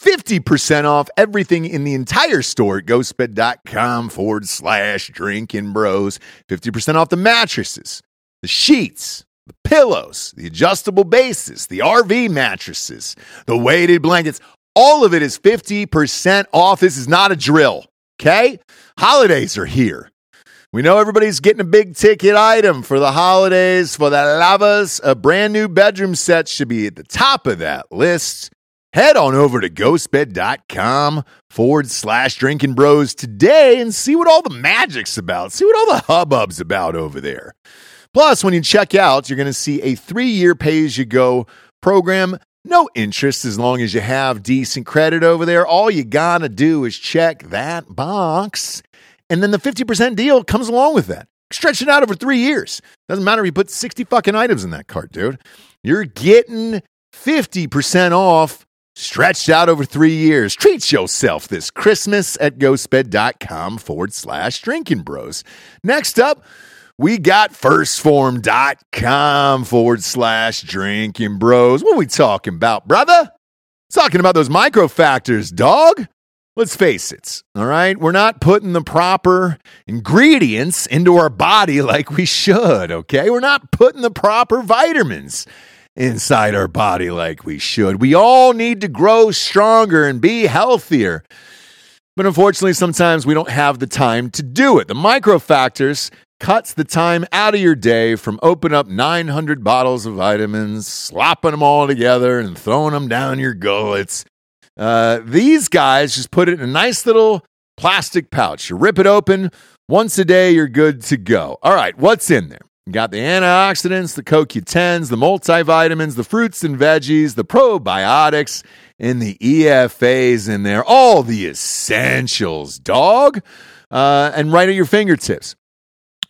50% off everything in the entire store at ghostbed.com forward slash drinking bros. 50% off the mattresses, the sheets, the pillows, the adjustable bases, the RV mattresses, the weighted blankets. All of it is 50% off. This is not a drill, okay? Holidays are here. We know everybody's getting a big ticket item for the holidays, for the lavas. A brand new bedroom set should be at the top of that list. Head on over to ghostbed.com forward slash drinking bros today and see what all the magic's about. See what all the hubbub's about over there. Plus, when you check out, you're going to see a three year pay as you go program. No interest as long as you have decent credit over there. All you got to do is check that box. And then the 50% deal comes along with that. Stretch it out over three years. Doesn't matter if you put 60 fucking items in that cart, dude. You're getting 50% off stretched out over three years. Treat yourself this Christmas at ghostbed.com forward slash drinking bros. Next up, we got firstform.com forward slash drinking bros. What we talking about, brother? Talking about those micro factors, dog. Let's face it, all right? We're not putting the proper ingredients into our body like we should, okay? We're not putting the proper vitamins inside our body like we should. We all need to grow stronger and be healthier. But unfortunately, sometimes we don't have the time to do it. The micro factors cuts the time out of your day from opening up 900 bottles of vitamins, slopping them all together, and throwing them down your gullets. Uh, these guys just put it in a nice little plastic pouch. You rip it open once a day, you're good to go. All right, what's in there? You got the antioxidants, the CoQ10s, the multivitamins, the fruits and veggies, the probiotics, and the EFAs in there. All the essentials, dog. Uh, and right at your fingertips.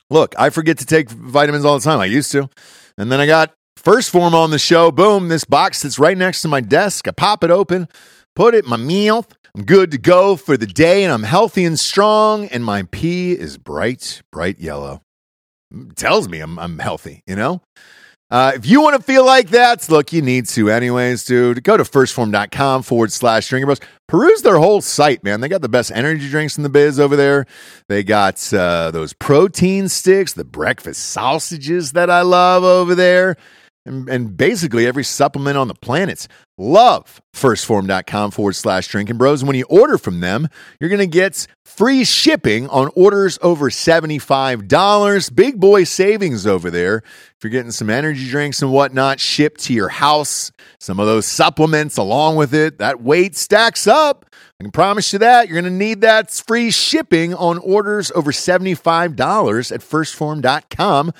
Look, I forget to take vitamins all the time. I used to. And then I got first form on the show. Boom, this box that's right next to my desk. I pop it open, put it in my mouth. I'm good to go for the day, and I'm healthy and strong, and my pee is bright, bright yellow Mm, tells me I'm, I'm healthy, you know? Uh, if you want to feel like that, look, you need to, anyways, dude. Go to firstform.com forward slash drinker bros. Peruse their whole site, man. They got the best energy drinks in the biz over there. They got uh, those protein sticks, the breakfast sausages that I love over there, and, and basically every supplement on the planet. Love firstform.com forward slash drinking bros. And when you order from them, you're going to get free shipping on orders over $75. Big boy savings over there. If you're getting some energy drinks and whatnot shipped to your house, some of those supplements along with it, that weight stacks up. I can promise you that. You're going to need that free shipping on orders over $75 at firstform.com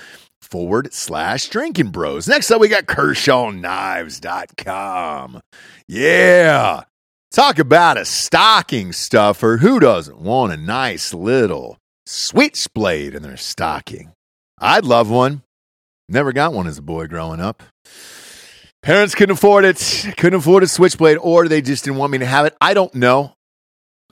forward slash drinking bros. Next up, we got KershawKnives.com. Yeah. Talk about a stocking stuffer. Who doesn't want a nice little switchblade in their stocking? I'd love one. Never got one as a boy growing up. Parents couldn't afford it, couldn't afford a switchblade, or they just didn't want me to have it. I don't know.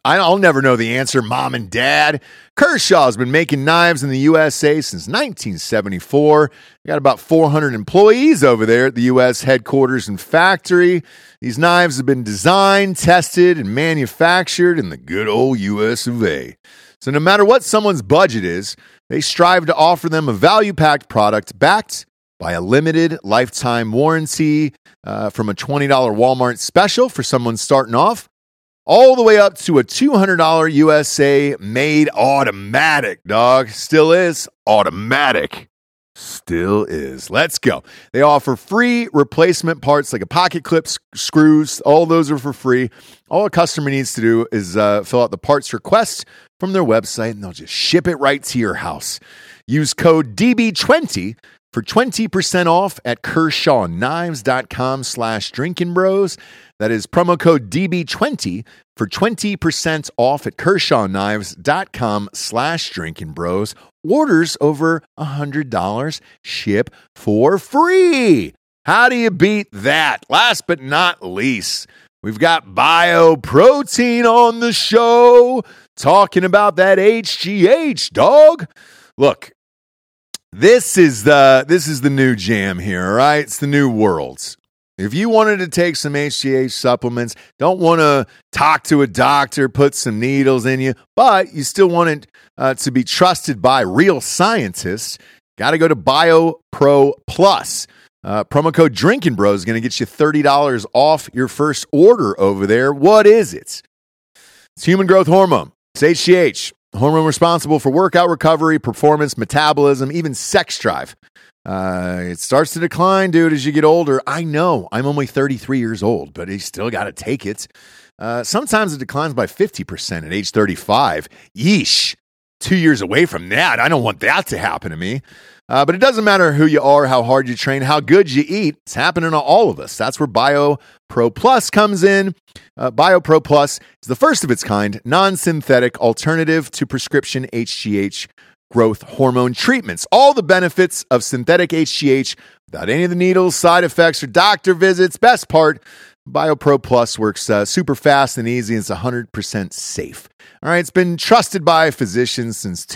I- I'll never know the answer, mom and dad. Kershaw's been making knives in the USA since 1974. They got about 400 employees over there at the US headquarters and factory. These knives have been designed, tested, and manufactured in the good old US of A. So, no matter what someone's budget is, they strive to offer them a value packed product backed by a limited lifetime warranty uh, from a $20 Walmart special for someone starting off all the way up to a $200 USA made automatic, dog. Still is automatic. Still is. Let's go. They offer free replacement parts like a pocket clips, screws. All those are for free. All a customer needs to do is uh, fill out the parts request from their website and they'll just ship it right to your house. Use code DB20 for 20% off at KershawKnives.com slash Drinking Bros. That is promo code DB20 for 20% off at KershawKnives.com slash Drinking Bros. Orders over $100 ship for free. How do you beat that? Last but not least, we've got bioprotein on the show talking about that HGH, dog. Look, this is the this is the new jam here, all right? It's the new world. If you wanted to take some HGH supplements, don't want to talk to a doctor, put some needles in you, but you still want it uh, to be trusted by real scientists, got to go to BioPro Plus. Uh, promo code Drinking Bro is going to get you $30 off your first order over there. What is it? It's human growth hormone. It's HGH, a hormone responsible for workout recovery, performance, metabolism, even sex drive. Uh, it starts to decline, dude, as you get older. I know I'm only 33 years old, but you still got to take it. Uh, sometimes it declines by 50% at age 35. Yeesh, two years away from that. I don't want that to happen to me. Uh, but it doesn't matter who you are, how hard you train, how good you eat. It's happening to all of us. That's where Bio Pro Plus comes in. Uh, Bio Pro Plus is the first of its kind, non synthetic alternative to prescription HGH growth hormone treatments. All the benefits of synthetic HGH without any of the needles, side effects, or doctor visits. Best part, BioPro Plus works uh, super fast and easy. And it's 100% safe. All right, it's been trusted by physicians since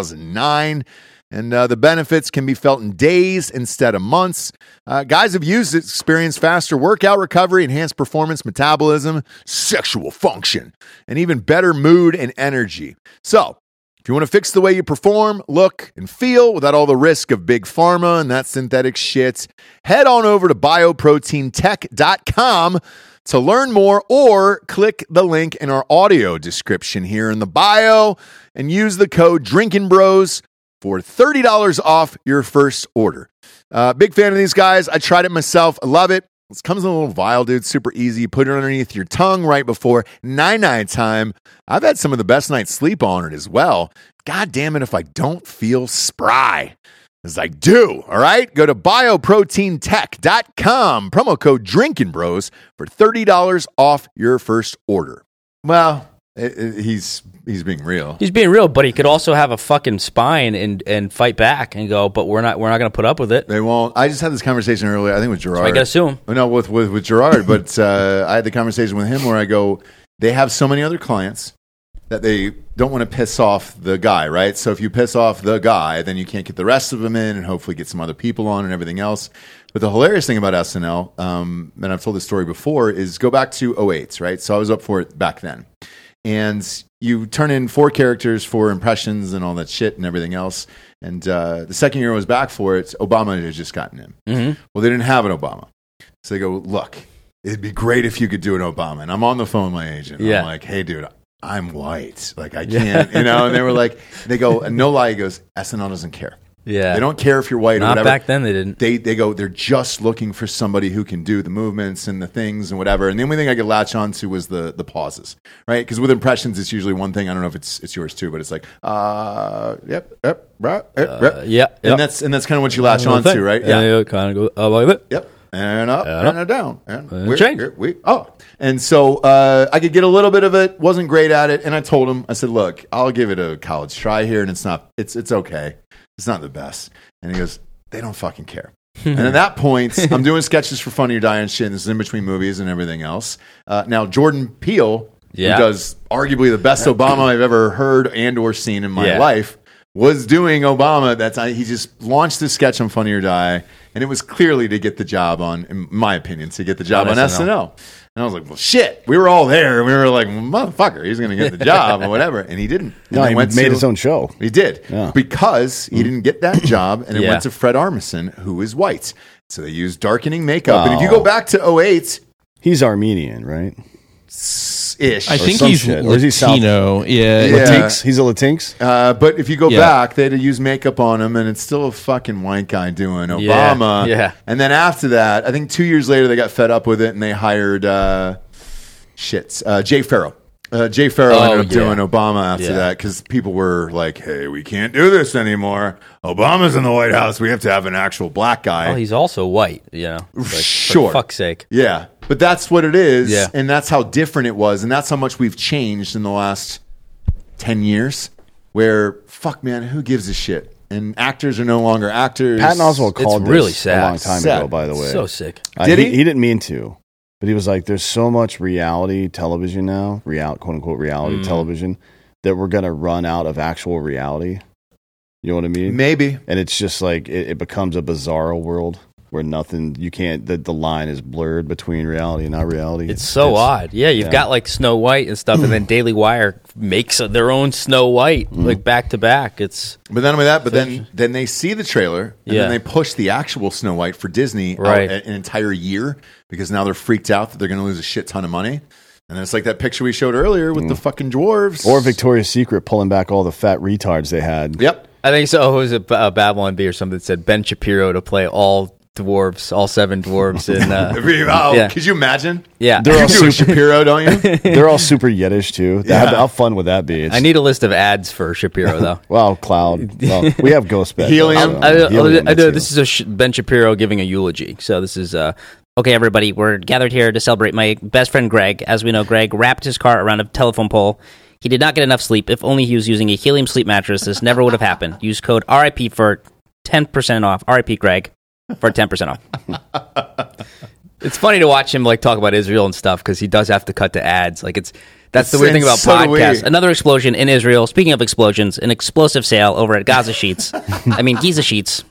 2009. And uh, the benefits can be felt in days instead of months. Uh, guys have used it, experience faster workout recovery, enhanced performance, metabolism, sexual function, and even better mood and energy. So, if you want to fix the way you perform, look, and feel without all the risk of big pharma and that synthetic shit, head on over to bioproteintech.com to learn more or click the link in our audio description here in the bio and use the code Drinking Bros for $30 off your first order. Uh, big fan of these guys. I tried it myself. I love it. It comes in a little vial, dude. Super easy. You put it underneath your tongue right before nine nine time. I've had some of the best night's sleep on it as well. God damn it, if I don't feel spry as I do. All right, go to bioproteintech.com. Promo code Drinking Bros for thirty dollars off your first order. Well, it- it- he's he's being real.
He's being real, but he could also have a fucking spine and and fight back and go. But we're not we're not going to put up with it.
They won't. I just had this conversation earlier. I think with Gerard. Oh,
I can assume.
No, with with, with Gerard. but uh, I had the conversation with him where I go, they have so many other clients that they don't want to piss off the guy, right? So if you piss off the guy, then you can't get the rest of them in, and hopefully get some other people on and everything else. But the hilarious thing about SNL, um, and I've told this story before, is go back to 08, right? So I was up for it back then and you turn in four characters for impressions and all that shit and everything else. And uh, the second year I was back for it, Obama had just gotten in. Well, they didn't have an Obama. So they go, look, it'd be great if you could do an Obama. And I'm on the phone with my agent.
Yeah.
I'm like, hey, dude, I'm white. Like, I can't, you know? And they were like, they go, and no lie, he goes, SNL doesn't care.
Yeah,
They don't care if you're white or
Not
whatever
back then. They didn't.
they they go they're just looking for somebody who can do the movements and the things and whatever and the only thing i could latch on to was the the pauses right because with impressions it's usually one thing i don't know if it's it's yours too but it's like uh yep yep right yep, yep.
Uh, yeah,
and
yep.
that's and that's kind of what you latch on to right
Yeah, kind of go. I like it.
Yep. And up and a down and we're,
change.
we're- we oh and so uh, I could get a little bit of it wasn't great at it and I told him I said look I'll give it a college try here and it's not it's it's okay it's not the best and he goes they don't fucking care and at that point I'm doing sketches for Funny or Die and shit and this is in between movies and everything else uh, now Jordan Peele
Yeah.
who does arguably the best Obama I've ever heard and or seen in my
Yeah.
life life was doing Obama. That's I, he just launched this sketch on Funny or Die, and it was clearly to get the job on, in my opinion, to get the job on,
On
SNL. And I was like, well, shit, we were all there, and we were like, motherfucker, he's going to get the job or whatever, and he didn't. And
No,
they
he made
went to-
his own show.
He did
Yeah. Mm.
because he didn't get that job, and it
Yeah.
went to Fred Armisen, who is white. So they used darkening makeup, and if
Oh.
you go back to 08
He's Armenian, right?
ish,
I think
some
he's
shit. Or is he South-
Latino. Yeah,
Yeah.
Latinx. He's a Latinx.
Uh, but if you go
Yeah.
back, they'd use makeup on him, and it's still a fucking white guy doing
Yeah,
Obama.
yeah.
And then after that, I think two years later, they got fed up with it, and they hired uh, shits uh, Jay Farrow. Uh, Jay Farrow
Oh,
ended up
yeah.
doing Obama after
Yeah.
that because people were like, "Hey, we can't do this anymore. Obama's in the White House. We have to have an actual black guy."
Well, oh, he's also white, you know. Like,
Sure.
For fuck's sake.
yeah, but that's what it is,
Yeah.
and that's how different it was, and that's how much we've changed in the last ten years. Where fuck, man, who gives a shit? And actors are no longer actors.
Patton Oswalt
It's
called
really
this
sad.
a long time
Sad.
ago, by the way.
So sick.
Uh,
Did
he,
he?
he didn't mean to, but he was like, "There's so much reality television now, real quote unquote reality television, that we're gonna run out of actual reality." You know what I mean?
Maybe
and it's just like it, it becomes a bizarre world where nothing you can't the, the line is blurred between reality and not reality.
It's so odd. Yeah, you've
yeah.
got like Snow White and stuff, and then Daily Wire makes their own Snow White, like back to back. It's
But not only that, but then then they see the trailer and
Yeah.
then they push the actual Snow White for Disney out
Right.
a- an entire year because now they're freaked out that they're going to lose a shit ton of money. And it's like that picture we showed earlier
Mm.
with the fucking dwarves
or Victoria's Secret pulling back all the fat retards they had.
Yep.
I think so. It was a uh, Babylon B or something that said Ben Shapiro to play all dwarves, all seven dwarves in. Uh,
Oh,
Yeah.
could you imagine?
yeah,
They're all
You do a
super.
Shapiro, don't you?
They're all super Yiddish too. That-
Yeah.
How fun would that be? It's,
I need a list of ads for Shapiro though.
wow, cloud. Well, we have ghost Um, bed.
Helium.
I, I- I know this is a sh- Ben Shapiro giving a eulogy. So this is uh,
Okay, everybody, we're gathered here to celebrate my best friend Greg. As we know, Greg wrapped his car around a telephone pole. He did not get enough sleep. If only he was using a helium sleep mattress, this never would have happened. Use code RIP for 10% off. RIP Greg for 10% off.
it's funny to watch him like talk about Israel and stuff because he does have to cut to ads. Like it's that's the
It's-
weird thing about
it's so
podcasts.
weird.
Another explosion in Israel. Speaking of explosions, an explosive sale over at Gaza Sheets. I mean, Giza Sheets.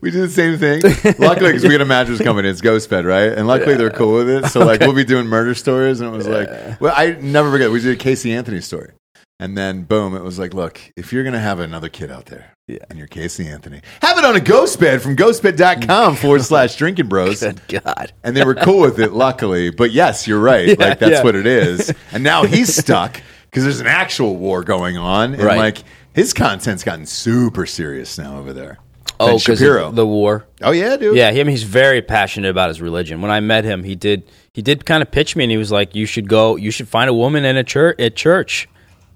we do the same thing. Luckily, because we got a mattress coming in, it's Ghost Bed, right? And luckily, they're cool with it. So, like, we'll be doing murder stories. And it was like, well, I never forget, we did a Casey Anthony story. And then, boom, it was like, look, if you're going to have another kid out there, and you're Casey Anthony, have it on a Ghost Bed from ghostbed.com forward slash drinking bros.
God.
And they were cool with it, luckily. But yes, you're right. like, that's
yeah.
what it is. And now he's stuck because there's an actual war going on. And,
Right.
like, his content's gotten super serious now over there. Ben
Oh, because
Shapiro.
the war.
Oh yeah, dude.
Yeah, he- I mean, he's very passionate about his religion. When I met him, he did he did kind of pitch me, and he was like, "You should go. You should find a woman in a church at church,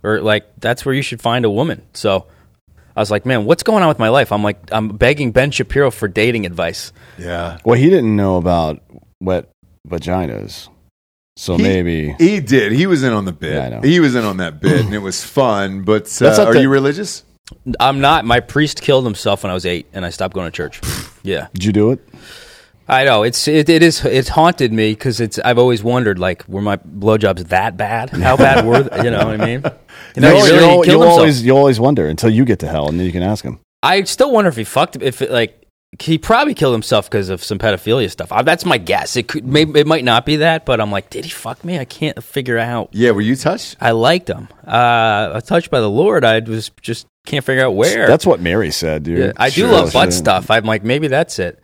or like that's where you should find a woman." So I was like, "Man, what's going on with my life?" I'm like, I'm begging Ben Shapiro for dating advice.
yeah.
Well, he didn't know about wet vaginas, so maybe
he did. He was in on the bit.
Yeah, I know.
He was in on that bit, and it was fun. But uh,
That's not
are
the-
you religious?
I'm not. My priest killed himself when I was eight, and I stopped going to church. yeah,
did you do it?
I know it's it, it is it's haunted me because it's I've always wondered like were my blowjobs that bad? How bad were they? you know what I mean? You know, he
you'll, you'll-
really killed
you'll
himself.
always you'll always wonder until you get to hell, and then you can ask him.
I still wonder if he fucked if it, like he probably killed himself because of some pedophilia stuff. I, that's my guess. It could maybe it might not be that, but I'm like, did he fuck me? I can't figure out.
Yeah. Were you touched?
I liked him. Uh, touched by the Lord. I was just can't figure out where.
That's what Mary said, dude.
Yeah, I do
Sure,
love
she
butt
didn't.
stuff. I'm like, maybe that's it.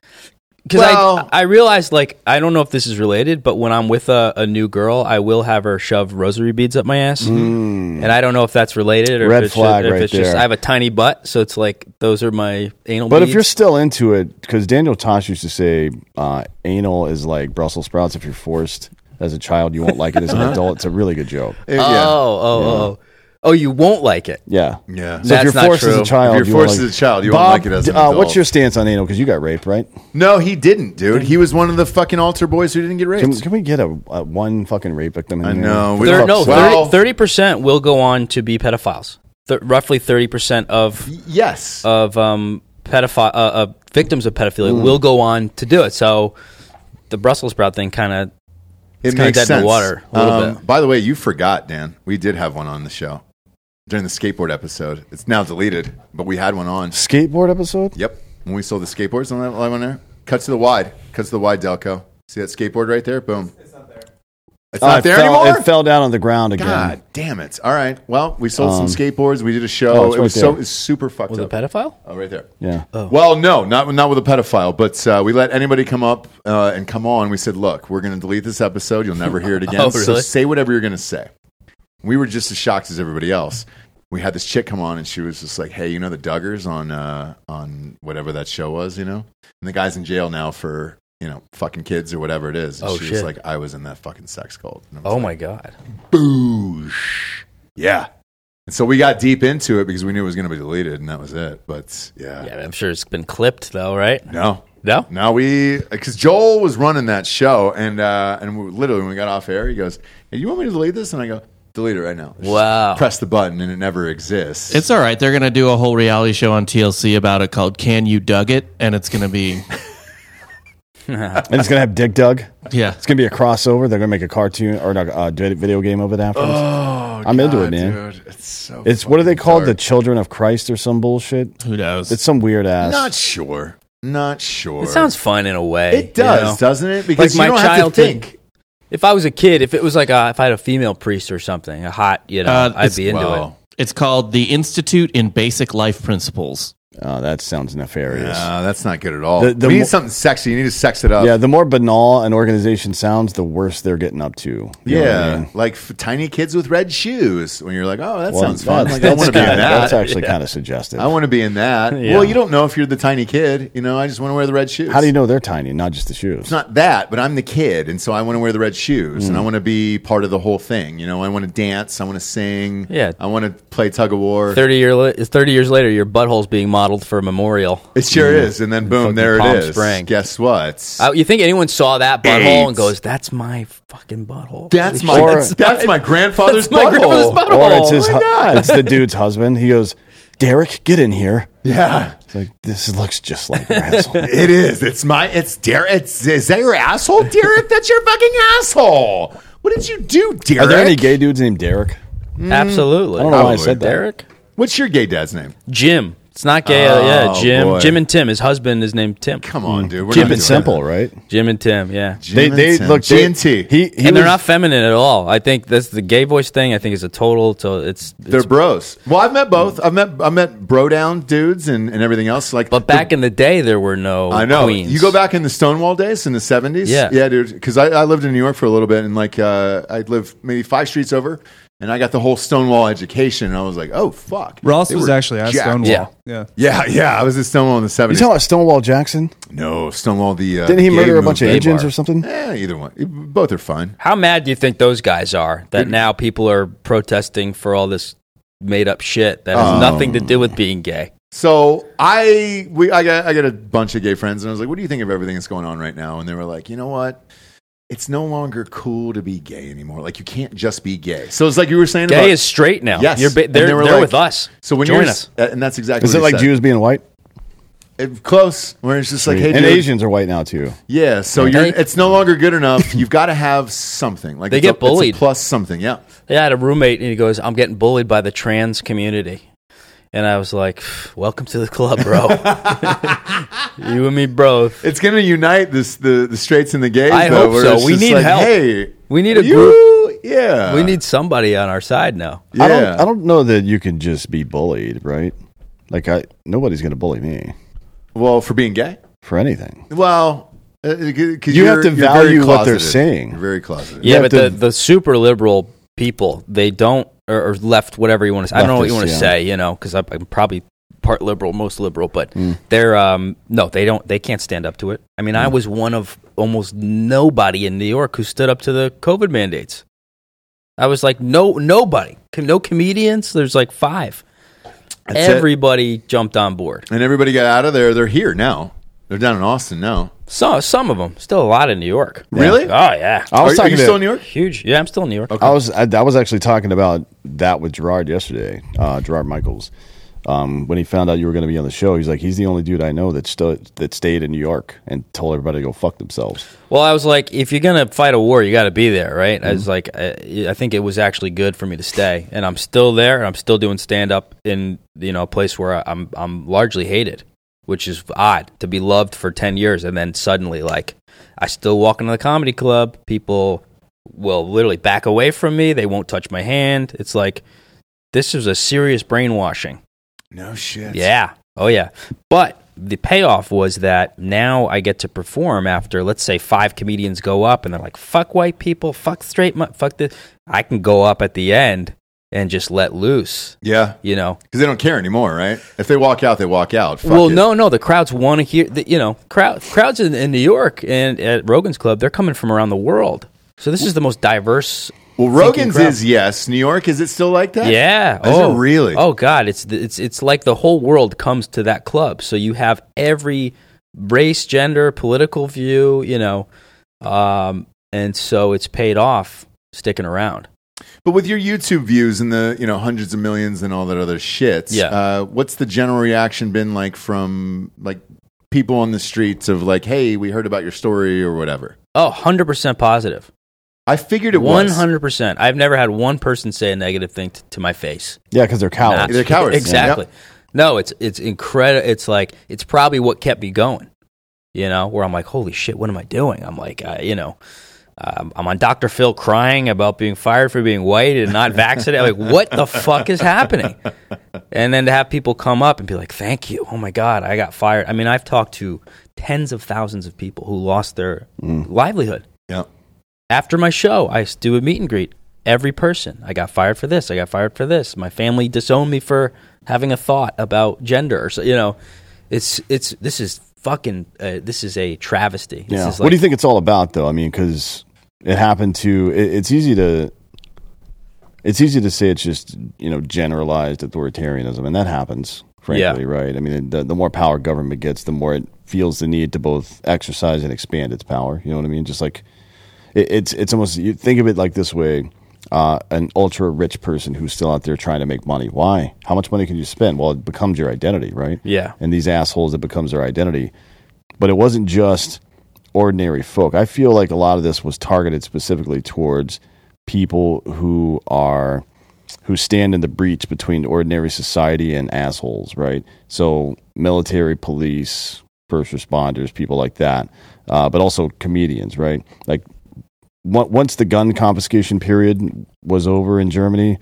Because
Well-
I I realized like I don't know if this is related, but when I'm with a, a new girl, I will have her shove rosary beads up my ass, and I don't know if that's related or
Mm. Red
if it's
flag
just, if
right
it's just
there.
I have a tiny butt, so it's like those are my anal.
But if
beads.
you're still into it, because Daniel Tosh used to say, uh, "Anal is like Brussels sprouts. If you're forced as a child, you won't like it as
Uh-huh.
an adult." It's a really good joke.
Uh, Yeah.
Oh, oh, oh. Oh, you won't like it.
Yeah,
Yeah.
So
That's
if
not
you're forced as
true.
a
If
child,
you're
you won't
forced as a child, you won't
Bob,
like it as an
d- uh,
adult.
What's your stance on anal? Because you got raped, right?
No, he didn't, dude. He was one of the fucking altar boys who didn't get raped.
Can, can we get a, a one fucking rape victim? In
I
here?
know.
For
We
Thir-
fuck's
no,
sake.
Well-
30 percent will go on to be pedophiles. Th- roughly thirty percent of
yes.
of um, pedophile uh, uh, victims of pedophilia
Mm.
will go on to do it. So the Brussels sprout thing kind of
it Um,
kinda dead in the water a little bit.
By the way, you forgot, Dan. We did have one on the show during the skateboard episode. It's now deleted, but we had one on.
skateboard episode.
Yep. When we sold the skateboards on that live on there, cut to the wide, cut to the wide, Delco. See that skateboard right there? Boom. It's not there. It's
Uh,
not
it
there
fell-
anymore.
It fell down on the ground again.
God damn it! All right. Well, we sold some
Um,
skateboards. We did a
oh,
show.
it's
it was
right
so
there.
it's super fucked
was
up.
a pedophile.
oh, right there.
Yeah.
Well, no, not not with a pedophile, but uh, we let anybody come up uh, and come on. We said, look, we're going to delete this episode. You'll never hear it again.
Oh,
So
really?
say whatever you're going to say. We were just as shocked as everybody else. We had this chick come on, and she was just like, "Hey, you know the Duggars on uh, on whatever that show was, you know." And the guy's in jail now for you know, fucking kids or whatever it is. And
Oh,
she was
shit.
like, I was in that fucking sex cult. And I was
Oh
like,
my god.
boosh. Yeah. And so we got deep into it because we knew it was going to be deleted, and that was it. But yeah,
Yeah, I'm sure it's been clipped though, right?
no,
No.
no, we because Joel was running that show, and uh, and we, literally when we got off air, he goes, "Hey, you want me to delete this?" And I go, "Delete it right now." Just
Wow.
press the button, and it never exists.
It's all right. They're gonna do a whole reality show on TLC about it called "Can You Dug It," and it's gonna be
And it's gonna have Dig Dug.
yeah.
It's gonna be a crossover. They're gonna make a cartoon or a uh, vid- video game of it afterwards.
oh,
I'm into
God,
it, man.
Dude. It's so.
It's what are they
fucking
called? The
dark.
Children of Christ or some bullshit?
Who knows?
It's some weird ass.
Not sure. Not sure.
It sounds fun in a way.
It does,
you know?
doesn't it? Because
my
you don't have to
childhood-
think.
If I was a kid, if it was like a, if I had a female priest or something, a hot, you know,
Uh,
I'd
it's-
be into
Whoa.
It's called the Institute in Basic Life Principles.
oh, that sounds nefarious.
No, that's not good at all.
The- the
we
mo-
need something sexy. You need to sex it up.
Yeah, the more banal an organization sounds, the worse they're getting up to. You know what I
Yeah,
mean?
like f- tiny kids with red shoes. When you're like, oh, that
Well,
sounds fun.
that's-
Like, I
that's
want to be in
kinda- That's
that.
actually kind of suggestive.
I want to be in that. Well, you don't know if you're the tiny kid. You know, I just want to wear the red shoes.
How do you know they're tiny, not just the shoes?
It's not that, but I'm the kid, and so I want to wear the red shoes,
Hmm.
and I want to be part of the whole thing. You know, I want to dance. I want to sing.
Yeah.
I want to play tug of war.
it. Thirty year, li- thirty years later, your butthole's being modeled for a memorial.
It sure is. And then boom,
Fucking
there
Palm
it is.
Springs.
Guess what?
Uh, you think anyone saw that butthole and
AIDS.
goes, "That's my fucking butthole."
that's my
Or-
that's, my grandfather's
That's my grandfather's
butthole.
butthole.
or it's his,
Why
hu-
not?
it's the dude's husband. He goes, Derek, get in here.
Yeah.
It's like this looks just like your asshole.
It is. It's my. It's Derek. It's, is that your asshole, Derek? That's your fucking asshole. What did you do, Derek?
Are there any gay dudes named Derek? I
Absolutely.
Mm.
don't know why I said that.
Derek,
What's your gay dad's name?
Jim. It's not gay. uh,
Oh,
yeah, Jim.
boy.
Jim and Tim. His husband is named Tim.
Come on, dude. We're
Keep
not
it
doing
simple,
that.
right?
Jim and Tim. Yeah.
Jim and Tim. G
they-
and T.
He, he
and they're
was-
not feminine at all. I think that's the gay voice thing. I think is a total. So it's, it's
They're bros. Well, I've met both. I've met I've met bro down dudes and, and everything else. Like,
But back in the day, there were no.
I know.
Queens.
You go back in the Stonewall days in the seventies.
Yeah.
yeah, dude. Because I, I lived in New York for a little bit, and like uh, I lived maybe five streets over, and I got the whole Stonewall education. And I was like, oh fuck.
Ross
They
was
were
actually at
jacked.
Stonewall.
Yeah.
yeah.
Yeah, yeah. I was at Stonewall in the
You
seventies.
talking about Stonewall Jackson?
No, Stonewall. The uh,
Didn't he
gay
murder a bunch of
movement.
Asians
bar.
or something?
Eh, either one. Both are fine.
How mad do you think those guys are that now people are protesting for all this made up shit that
Um,
has nothing to do with being gay?
So I we I got I got a bunch of gay friends, and I was like, "What do you think of everything that's going on right now?" And they were like, "You know what? It's no longer cool to be gay anymore. Like you can't just be gay." So it's like you were saying, about,
Gay is straight now.
Yes.
You're ba-
And
they're
they
they
were
are
like-
with us.
So when
Join
you're
us.
and that's exactly
Is
what
it
he
like
said.
Jews being white?
It- close where it's just like, "Hey,
and
dude,
Asians are white now too.
yeah." So you're
Hey.
it's no longer good enough. You've got to have something. Like
They
it's a-
get
it's a
bullied.
plus something. Yeah.
I had a roommate and he goes, "I'm getting bullied by the trans community," and I was like, "Welcome to the club, bro. you and me, bro.
It's going to unite this the the straights and the gays.
I
though,
hope
where
so.
it's
We
just
need
like,
help.
Hey,
We need a
you-
group.
Yeah,
We need somebody on our side now."
Yeah.
I don't. I don't know that you can just be bullied, right? Like I, nobody's gonna bully me
Well, for being gay.
for anything.
Well, uh, you
You have to value what they're saying.
You're very closeted.
Yeah,
have
but
to-
the, the super liberal people, they don't, or, or left, whatever you want to say. I don't know what you
Leftists,
want to
yeah.
say, you know, because I'm, I'm probably part liberal, most liberal, but
Mm.
they're, um, no, they don't, they can't stand up to it. I mean, I was one of almost nobody in New York who stood up to the COVID mandates. I was like, no, nobody, Com- no comedians. There's like five.
That's it.
Everybody jumped on board.
And everybody got out of there. They're here now. They're down in Austin now.
So, some of them, still a lot in New York.
Really?
Oh, yeah.
I
Are, you-
was
are
talking
you
to,
still in New York?
Huge. Yeah, I'm still in New York.
I was. I, I was actually talking about that with Gerard yesterday. Uh, Gerard Michaels. Um, when he found out you were going to be on the show, he's like, he's the only dude I know that still that stayed in New York and told everybody to go fuck themselves.
Well, I was like, if you're gonna fight a war, you got to be there, right? I was like, I, I think it was actually good for me to stay, and I'm still there, and I'm still doing stand up in you know a place where I- I'm I'm largely hated, which is odd to be loved for ten years and then suddenly like I still walk into the comedy club, people will literally back away from me, they won't touch my hand. It's like this is a serious brainwashing.
No shit.
Yeah. Oh, yeah. But the payoff was that now I get to perform after, let's say, five comedians go up and they're like, fuck white people, fuck straight, mu- fuck this. I can go up at the end and just let loose.
Yeah.
You know.
Because they don't care anymore, right? If they walk out, they walk out. Fuck
well,
it.
no, no. The crowds want to hear. The, you know, crowd crowds in, in New York and at Rogan's Club, they're coming from around the world. So this is the most diverse.
Well,
thinking
Rogan's
crowd.
is yes. New York, is it still like that?
Yeah.
Is it
oh,
really?
Oh God, it's the- it's it's like the whole world comes to that club. So you have every race, gender, political view. You know, um, and so it's paid off sticking around.
But with your YouTube views and the you know hundreds of millions and all that other shit,
Yeah.
uh, what's the general reaction been like from like people on the streets of like, hey, we heard about your story or whatever?
Oh, 100% positive.
I figured it was
100%. I've never had one person say a negative thing t- to my face.
Yeah, because they're cowards.
Nah.
They're cowards.
Exactly.
Yep.
No, it's it's incredible. It's like it's probably what kept me going. You know, where I'm like, holy shit, what am I doing? I'm like, uh, you know, um, I'm on Dr. Phil crying about being fired for being white and not vaccinated. I'm like, what the fuck is happening? And then to have people come up and be like, thank you. Oh my God, I got fired. I mean, I've talked to tens of thousands of people who lost their
Mm.
livelihood
Yeah.
after my show, I s- do a meet and greet. Every person, I got fired for this. I got fired for this. My family disowned me for having a thought about gender. Or so you know, it's it's this is fucking uh, this is a travesty. This
Yeah.
is
what do you think it's all about, though? I mean, because it happened to. It, it's easy to. It's easy to say it's just you know generalized authoritarianism, and that happens, frankly,
Yeah.
right? I mean, the, the more power government gets, the more it feels the need to both exercise and expand its power. You know what I mean? Just like it, it's it's almost you think of it like this way: uh, an ultra rich person who's still out there trying to make money. Why? How much money can you spend? Well, it becomes your identity, right?
Yeah.
And these assholes, it becomes their identity but it wasn't just ordinary folk. I feel like a lot of this was targeted specifically towards people who are who stand in the breach between ordinary society and assholes, right? So military, police, first responders, people like that, uh, but also comedians, right? Like on- once the gun confiscation period was over in Germany,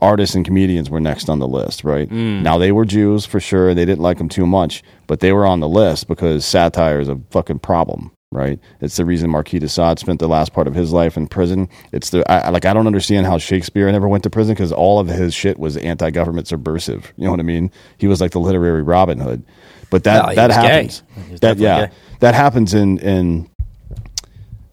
artists and comedians were next on the list, right?
Mm.
Now they were Jews for sure. They didn't like them too much, but they were on the list because satire is a fucking problem, right? It's the reason Marquis de Sade spent the last part of his life in prison. It's the I, I- like I don't understand how Shakespeare never went to prison because all of his shit was anti-government subversive. You know what I mean? He was like the literary Robin Hood, but that
No, he
that
was gay.
happens.
He was
That
definitely
yeah,
gay.
that happens in in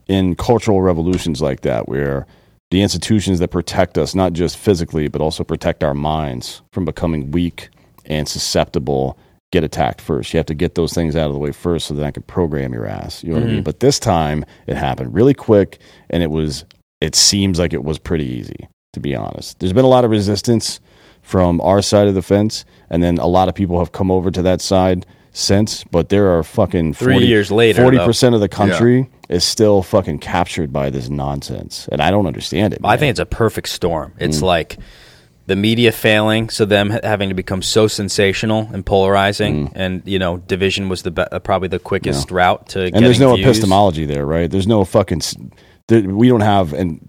in cultural revolutions like that, where the institutions that protect us, not just physically, but also protect our minds from becoming weak and susceptible, get attacked first. You have to get those things out of the way first so that I can program your ass. You know
Mm-hmm.
what I mean? But this time it happened really quick and it was, it seems like it was pretty easy, to be honest. There's been a lot of resistance from our side of the fence, and then a lot of people have come over to that side since, but there are fucking
Three years later, though.
40% of the country is still fucking captured by this nonsense, and I don't understand it.
I
man.
think it's a perfect storm.
Mm.
It's like the media failing, so them ha- having to become so sensational and polarizing,
Mm.
and you know, division was the be- uh, probably the quickest route to.
and there's
getting
no
views.
epistemology there, right? There's no fucking. s- There, we don't have, and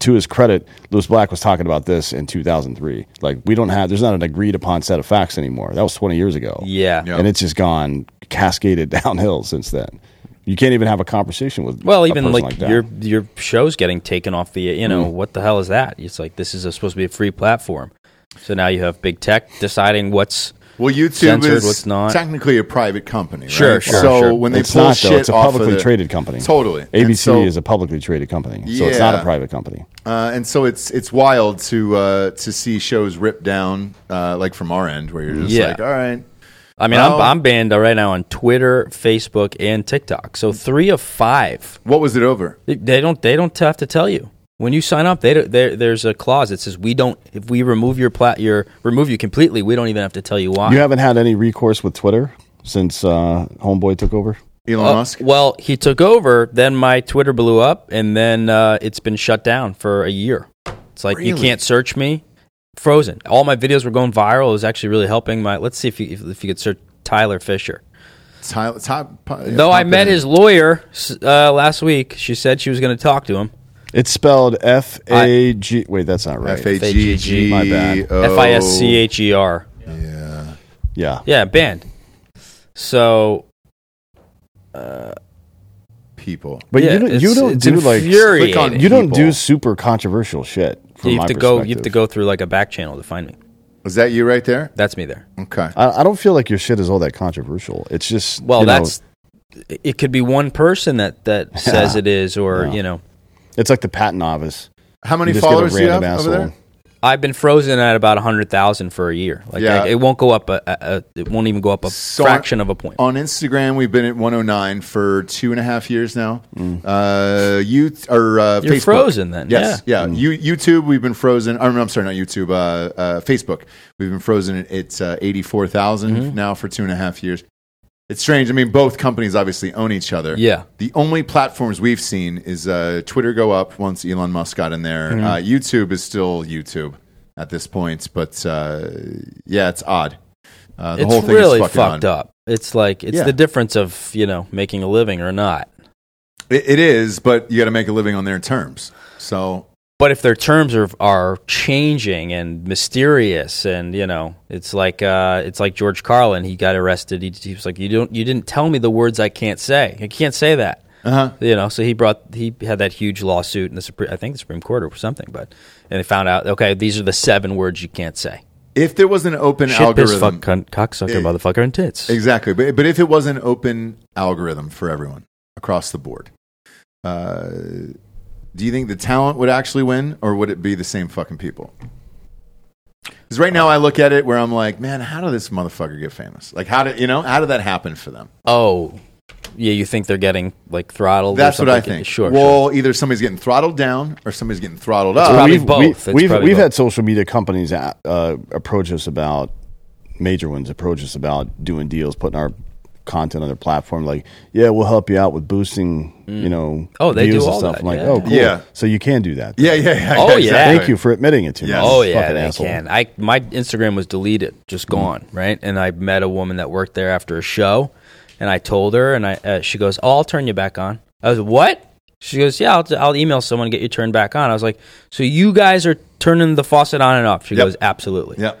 to his credit, Lewis Black was talking about this in 2003. Like we don't have. There's not an agreed upon set of facts anymore. That was 20 years ago.
Yeah. Yeah.
and it's just gone cascaded downhill since then. You can't even have a conversation with
Well,
a
even
person
like,
that. Mm.
your your show's getting taken off the, you know, what the hell is that? It's like this is a, supposed to be a free platform, so now you have big tech deciding what's
Well, YouTube
Censored,
is
what's not.
technically a private company. right?
Sure, sure,
So
sure.
when they
It's
pull
not
shit
though. It's a
off of
publicly
the-
traded company.
Totally.
ABC
And so-
is a publicly traded company, so it's not
Yeah.
a private company.
Uh, and so it's it's wild to uh, to see shows ripped down uh, like from our end where you're just
Yeah.
like, all right,
I mean,
Oh.
I'm, I'm banned right now on Twitter, Facebook, and TikTok. So three of five.
what was it over?
They- They don't. They don't have to tell you when you sign up. They don't, there there's a clause that says we don't. If we remove your plat, your remove you completely. We don't even have to tell you why.
You haven't had any recourse with Twitter since uh, Homeboy took over.
Elon
Uh,
Musk.
Well, he took over. Then my Twitter blew up, and then uh, it's been shut down for a year. It's like you
Really?
can't search me. Frozen. All my videos were going viral. It was actually really helping my. Let's see if you if, if you could search Tyler Fisher.
Tyler, Ty- Pi-
Though I
Pop
met
in.
his lawyer s- uh, last week. She said she was going to talk to him.
It's spelled F A G. Wait, that's not right.
F A G G.
My bad.
O-
F I S C H E R.
Yeah.
yeah.
Yeah, banned. So
People.
But
yeah,
you don't.
it's,
You don't
it's
do like.
infuriating.
click on-
You don't
people.
do super controversial shit From
you
my
have to go. You have to
perspective.
go through like a back channel to find me.
Is that you right there?
That's me there.
Okay.
I, I don't feel like your shit is all that controversial. It's just
Well,
you know,
that's. It could be one person that that says it is, or you know,
it's like the patent office.
How many
You just get a
followers do you have
random
over there?
asshole.
I've been frozen at about hundred thousand for a year. Like
Yeah.
I- it won't go up. A, a, a, it won't even go up a
So on-
fraction of a point.
On Instagram, we've been at 109 for two and a half years now. Uh, you or uh,
You're
Facebook.
frozen then,
Yes, yeah. You, YouTube, we've been frozen. Or, no, I'm sorry, not YouTube. Uh, uh, Facebook, we've been frozen at, at uh, 84,000 now for two and a half years. It's strange. I mean, both companies obviously own each other.
Yeah.
The only platforms we've seen is uh, Twitter go up once Elon Musk got in there.
Mm-hmm.
Uh, YouTube is still YouTube at this point, but uh, yeah, it's odd. Uh, the
it's
whole thing
really
is fucking
fucked
odd.
up. It's like it's
Yeah.
the difference of you know making a living or not.
It, it is, but you got to make a living on their terms. So
But if their terms are are changing and mysterious, and you know, it's like uh, it's like George Carlin. He got arrested. He, he was like, "You don't, you didn't tell me the words I can't say. I can't say that."
Uh-huh.
You know, so he brought he had that huge lawsuit in the Supreme, I think the Supreme Court or something. But and they found out, okay, these are the seven words you can't say:
if there was an open
shit, piss,
algorithm,
fuck, cunt, cocksucker, motherfucker, and tits.
Exactly. But, but if it was an open algorithm for everyone across the board, uh, do you think the talent would actually win or would it be the same fucking people? Because right now I look at it where I'm like, man, how did this motherfucker get famous? Like, how did, you know, how did that happen for them?
Oh, yeah, you think they're getting like throttled? or
That's what I
something?
think.
Sure. sure.
Well, either somebody's getting throttled down or somebody's getting throttled up.
probably
Uh, we've,
both.
we-
It's
We've,
probably
we've
both.
had social media companies uh, uh, approach us about major ones approach us about doing deals, putting our content on their platform. Like, yeah, we'll help you out with boosting. You know,
Oh, they do
views
all
and stuff.
that,
I'm like,
yeah.
oh, cool.
Yeah.
So you can do that.
yeah, yeah, yeah.
Oh, yeah.
exactly.
Thank you for admitting it to me.
Yes.
Oh yeah,
Fucking
they
asshole.
can. I my Instagram was deleted, just gone, right? And I met a woman that worked there after a show, and I told her, and I uh, she goes, "Oh, "I'll turn you back on." I was what? She goes, "Yeah, I'll, I'll email someone and get you turned back on." I was like, "So you guys are turning the faucet on and off?" She
Yep.
goes, "Absolutely."
Yeah.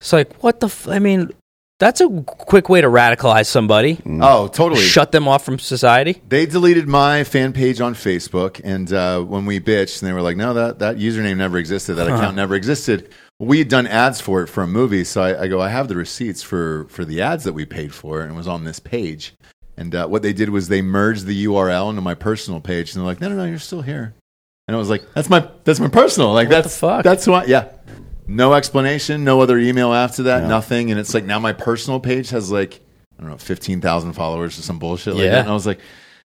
It's like what the? F- I mean, that's a quick way to radicalize somebody,
Oh, totally.
shut them off from society.
They deleted my fan page on Facebook, and uh, when we bitched, and they were like, "No, that that username never existed. That account never existed." We had done ads for it for a movie, so I, I go, "I have the receipts for for the ads that we paid for, and it was on this page." And uh, what they did was they merged the URL into my personal page, and they're like, "No, no, no, you're still here." And I was like, "That's my that's my personal. Like that's
fuck?
that's why yeah." No explanation, no other email after that, nothing. And it's like now my personal page has like I don't know fifteen thousand followers or some bullshit like
Yeah.
that. And I was like.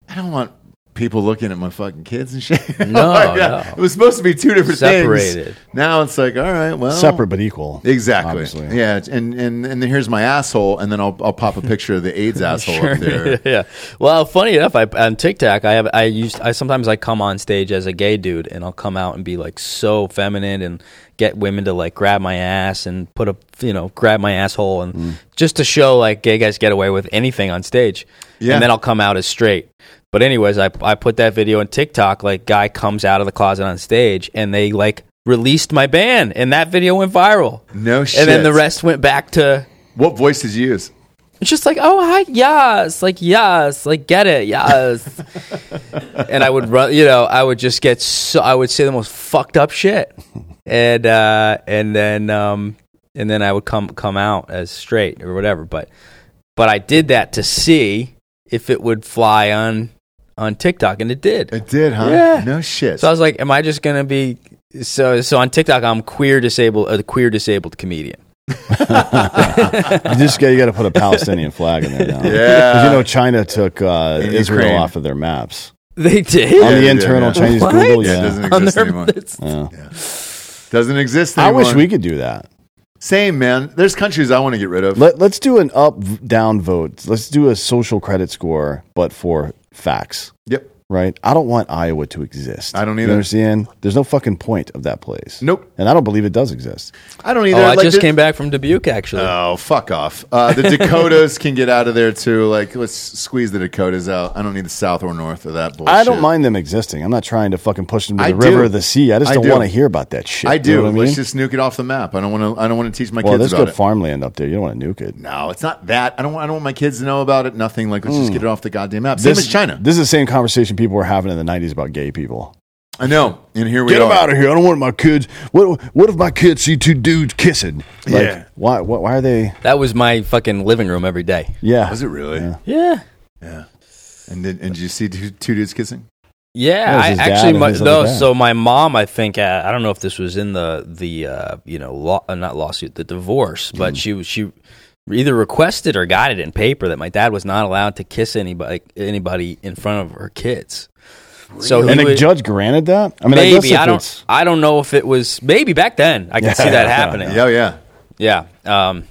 I don't want people looking at my fucking kids and shit.
No,
Like, uh,
no.
it was supposed to be two different
Separated.
things. Now it's like, all right, well,
Separate
Oh.
but equal.
Exactly.
Obviously.
Yeah, it's- and and and then here's my asshole, and then I'll I'll pop a picture of the AIDS asshole up there.
yeah. Well, funny enough, I on TikTok, I have I used I sometimes I come on stage as a gay dude and I'll come out and be like so feminine and get women to like grab my ass and put a you know grab my asshole and
Mm.
just to show like gay guys get away with anything on stage.
Yeah.
And then I'll come out as straight. But anyways, I I put that video on TikTok like guy comes out of the closet on stage and they like released my ban and that video went viral.
No shit.
And then the rest went back to
What voice did you use?
it's just like, oh hi, yes, like yes, like get it, yes. and I would run, you know, I would just get so I would say the most fucked up shit, and uh, and then um, and then I would come come out as straight or whatever. But but I did that to see if it would fly on on TikTok, and it did.
It did, huh?
Yeah.
No shit.
So I was like, am I just gonna be so so on TikTok? I'm queer disabled, a queer disabled comedian.
You just got, you got to put a Palestinian flag in there now.
Yeah.
'Cause You know, China took uh,
In
Israel
Ukraine.
off of their maps.
They did.
On the
yeah,
internal
yeah.
Chinese
What?
Google,
yeah,
yeah.
it doesn't
On
exist
their-
anymore.
Yeah.
Doesn't exist
I
anymore.
wish we could do that.
Same man. There's countries I want to get rid of.
Let, let's do an up down vote. Let's do a social credit score, but for facts,
yep.
right? I don't want Iowa to exist.
I don't
You
either.
understand? There's no fucking point of that place.
Nope.
And I don't believe it does exist.
I don't either.
Oh, I
Like,
just
thi-
came back from Dubuque, actually.
Oh, fuck off. Uh, the Dakotas can get out of there too. Like, let's squeeze the Dakotas out. I don't need the South or North of that bullshit.
I don't mind them existing. I'm not trying to fucking push them to the
I
river
do.
or the sea. I just
I
don't
do.
want to hear about that shit.
I
You
do.
know what I mean?
Let's just nuke it off the map. I don't want to. I don't want to teach my
well,
kids
there's
about
good
it.
farmland up there. You don't want to nuke it.
no, it's not that. I don't. want- I don't want my kids to know about it. Nothing. Like, let's just get it off the goddamn map. Same
Hmm. This-
as China.
This is the same conversation people were having in the 90s about gay people.
I know. And here we
Get
are.
them out of here! I don't want my kids. What what if my kids see two dudes kissing? Like,
Yeah.
Why, why why are they?
That was my fucking living room every day.
Yeah.
Was it really? Yeah.
Yeah.
And did, and did you see two, two dudes kissing?
Yeah,
That was
I
his dad
actually
and
my,
his
no.
other dad.
So my mom, I think uh, I don't know if this was in the the uh, you know law, uh, not lawsuit, the divorce,
Mm-hmm.
but she was she either requested or got it in paper that my dad was not allowed to kiss anybody anybody in front of her kids. So he
and the
would-
judge granted that. I mean, I guess
maybe
if
I,
it's-
don't I don't know if it was maybe back then I can see
Yeah.
that happening.
Yeah, yeah.
Yeah. Um,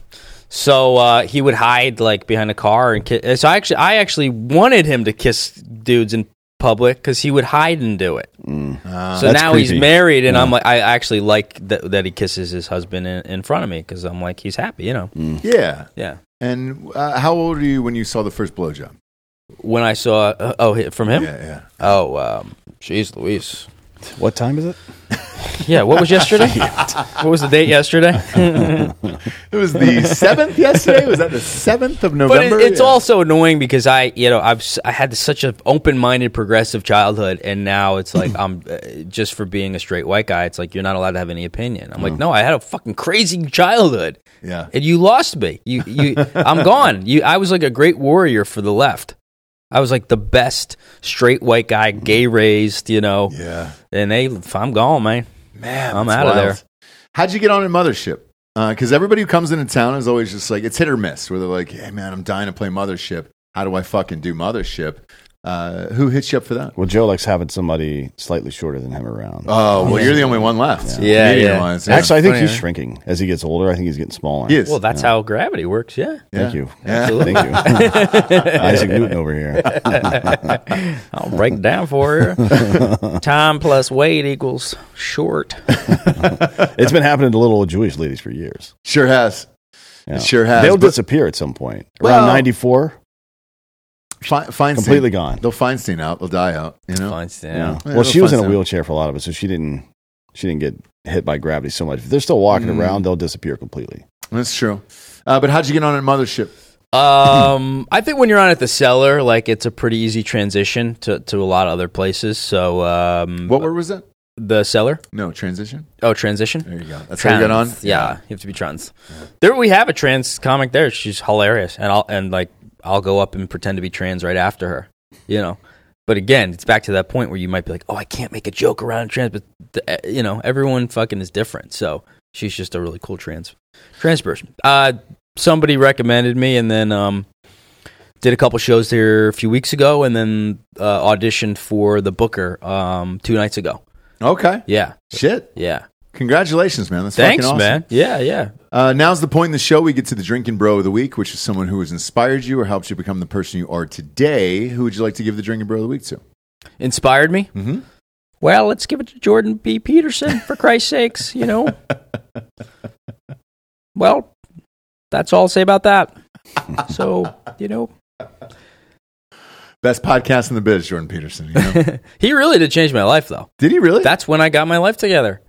so uh, he would hide like behind a car and kiss. So I actually, I actually wanted him to kiss dudes in public because he would hide and do it. so
That's
now he's
creepy.
married, and I'm like, I actually like th- that he kisses his husband in, in front of me because I'm like, he's happy, you know.
Yeah.
Yeah.
And uh, how old were you when you saw the first blowjob?
When I saw, uh, oh, hi- from him.
Yeah, yeah.
Oh, um, jeez, Louise.
What time is it?
Yeah. What was yesterday? what was the date yesterday?
It was the seventh yesterday. Was that the seventh of
But
November?
it, it's
Yeah.
also annoying because I, you know, I've s- I had such an open-minded, progressive childhood, and now it's like I'm uh, just for being a straight white guy. It's like you're not allowed to have any opinion. I'm like, no, I had a fucking crazy childhood,
Yeah.
and you lost me. You, you, I'm gone. You, I was like a great warrior for the left. I was like the best straight white guy, gay raised, you know.
Mm-hmm. yeah.
And they, I'm gone, man.
Man,
I'm
that's
outta there.
How'd you get on in Mothership? Because everybody who comes into town is always just like, it's hit or miss, where they're like, hey, man, I'm dying to play Mothership. How do I fucking do Mothership? Uh, who hits you up for
Oh,
that?
Well, Joe likes having somebody slightly shorter than him around.
Oh, well, you're the only one left.
Yeah, yeah.
Wise,
Actually, I think
Funny,
he's
huh?
shrinking as he gets older. I think he's getting smaller.
Oh, He is.
Well, that's how gravity works. Yeah.
Yeah.
Thank you.
Yeah.
Thank you. Isaac Newton over here.
I'll break it down for you. Time plus weight equals short.
It's been happening to little Jewish ladies for years.
Sure has.
Yeah.
It sure has.
They'll
but
disappear at some point.
Well-
Around 94,
Fe- Feinstein.
completely gone.
They'll Feinstein out. They'll die out. You know?
Feinstein,
Yeah.
Yeah,
Well,
they'll
she was in
find
a
some.
wheelchair for a lot of it, so she didn't she didn't get hit by gravity so much. If they're still walking
Mm.
around, they'll disappear completely.
That's true. Uh, but how'd you get on in Mothership?
Um, I think when you're on at the cellar, like it's a pretty easy transition to, to a lot of other places. So, um,
What word was that?
the cellar?
No, transition.
Oh, transition.
There you go. That's how you got on?
Trans. Yeah, you have to be trans. There we have a trans comic there. She's hilarious, and I'll and like I'll go up and pretend to be trans right after her. You know. But again, it's back to that point where you might be like, "Oh, I can't make a joke around trans," but the, eh, you know, everyone fucking is different. So she's just a really cool trans trans person. Uh, somebody recommended me, and then um, did a couple shows there a few weeks ago, and then uh, auditioned for the Booker um, two nights ago.
Okay.
Yeah,
Shit.
yeah.
Congratulations, man. That's
Thanks,
fucking awesome.
man. Yeah, yeah.
Uh, now's the point in the show we get to the drinking bro of the week, which is someone who has inspired you or helped you become the person you are today. Who would you like to give the drinking bro of the week to?
inspired me.
Mhm.
Well, let's give it to Jordan B. Peterson for Christ's sakes, you know. well, that's all I'll say about that. So, you know,
Best podcast in the biz, Jordan Peterson. You know?
he really did change my life though.
Did he really?
That's when I got my life together.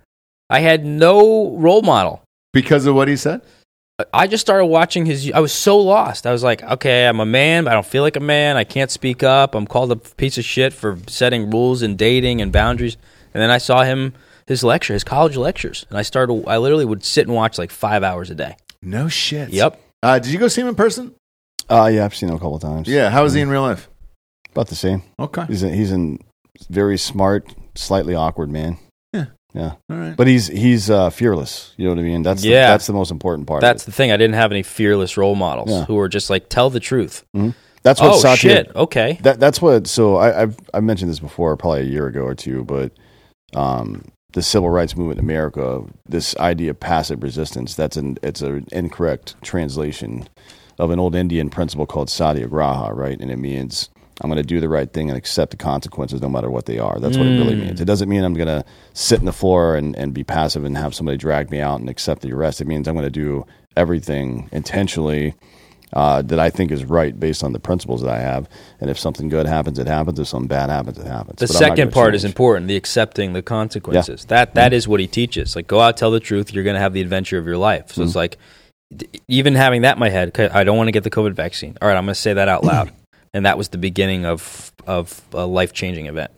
I had no role model.
because of what he said?
I just started watching his. I was so lost. I was like, okay, I'm a man, but I don't feel like a man. I can't speak up. I'm called a piece of shit for setting rules and dating and boundaries. And then I saw him his lecture, his college lectures, and I started. I literally would sit and watch like five hours a day.
No shit.
Yep.
Uh, did you go see him in person?
Uh, yeah, I've seen him a couple of times.
Yeah. How is he in real life?
About the same.
Okay.
He's a, he's a very smart, slightly awkward man.
Yeah.
Yeah.
All right.
But he's he's uh, fearless. You know what I mean? That's
Yeah.
The, that's the most important part. of
That's
it.
the thing. I didn't have any fearless role models
Yeah.
who were just like, tell the truth.
that's what
oh
Satya.
shit. Okay.
That that's what. So I, I've I've mentioned this before, probably a year ago or two, but um, the civil rights movement in America, this idea of passive resistance, that's an it's an incorrect translation of an old Indian principle called satyagraha, right? And it means I'm going to do the right thing and accept the consequences no matter what they are. That's what it really
Hmm.
means. It doesn't mean I'm going to sit in the floor and, and be passive and have somebody drag me out and accept the arrest. It means I'm going to do everything intentionally uh, that I think is right based on the principles that I have. And if something good happens, it happens. If something bad happens, it happens.
The
But I'm not
second
gonna
part is
change. Mm.
important, the accepting the consequences. That that is what he teaches. Like go out, tell the truth, you're going to have the adventure of your life. So
Mm.
it's like d- even having that in my head, 'cause I don't want to get the COVID vaccine. All right, I'm going to say that out loud. and that was the beginning of of a life-changing event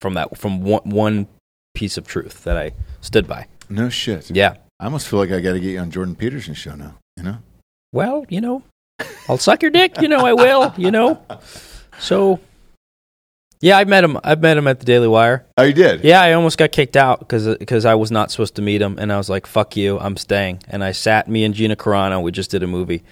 from that from one, one piece of truth that I stood by.
No shit.
Yeah.
I almost feel like I got to get you on Jordan Peterson's show now. You know,
Well, you know, I'll suck your dick. You know, I will. You know, so
Yeah, I met him. I met him at the Daily Wire.
oh, you did.
Yeah, I almost got kicked out because I was not supposed to meet him, and I was like, "Fuck you, I'm staying." And I sat. Me and Gina Carano, we just did a movie,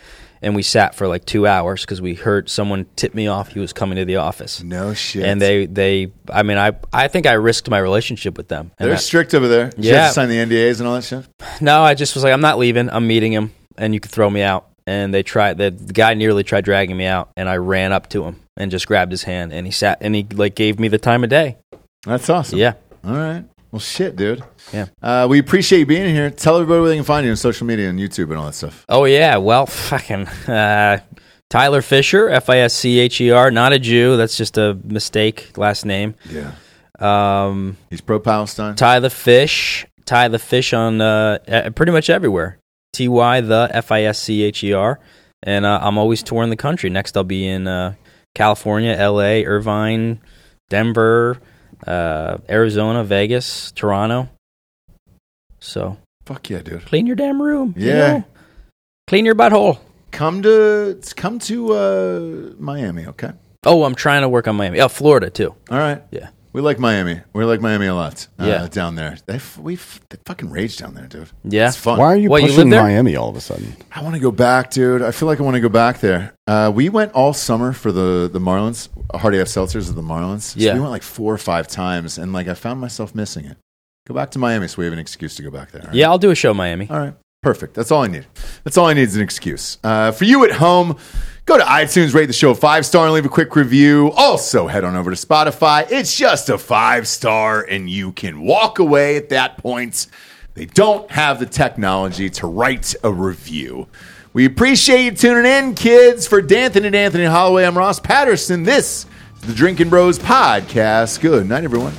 and we sat for like two hours because we heard someone tip me off he was coming to the office.
No shit.
And they, they, I mean, I, I think I risked my relationship with them. And
they're
I-
strict over there. You have
Yeah.
to sign the NDAs and all that shit.
no, I just was like, I'm not leaving. I'm meeting him, and you can throw me out. And they tried. The, the guy nearly tried dragging me out, and I ran up to him and just grabbed his hand, and he sat, and he like gave me the time of day.
That's awesome.
Yeah.
All right. Well, shit, dude.
Yeah.
Uh, we appreciate you being here. Tell everybody where they can find you on social media and YouTube and all that stuff.
Oh yeah, well, fucking uh, Tyler Fisher, F I S C H E R, not a Jew. That's just a mistake last name.
Yeah.
Um,
He's pro Palestine.
Ty the Fish, Ty the Fish on uh, uh, pretty much everywhere. T Y the F I S C H E R, and uh, I'm always touring the country. Next, I'll be in uh, California, L A, Irvine, Denver, uh, Arizona, Vegas, Toronto. So
Fuck yeah, dude.
clean your damn room. you
Yeah.
know? clean your butthole.
Come to come to uh, Miami, okay?
Oh, I'm trying to work on Miami. Oh, Florida too.
All right.
Yeah.
We like Miami. We like Miami a lot. Uh,
Yeah.
Down there, they f- we f- they fucking rage down there, dude.
Yeah.
It's fun.
Why are you
What, you live
pushing
there?
Miami all of a sudden?
I want to go back, dude. I feel like I want to go back there. Uh, we went all summer for the the Marlins, Hard AF Seltzers of the Marlins. So
Yeah.
we went like four or five times, and like I found myself missing it. Go back to Miami, so we have an excuse to go back there. all right?
Yeah, I'll do a show in Miami.
All right. Perfect. That's all I need. That's all I need is an excuse. Uh, for you at home, go to iTunes, rate the show five star, and leave a quick review. Also, head on over to Spotify. It's just a five star, and you can walk away at that point. They don't have the technology to write a review. We appreciate you tuning in, kids. For D'Anthony and Anthony Holloway, I'm Ross Patterson. This is the Drinking Bros podcast. Good night, everyone.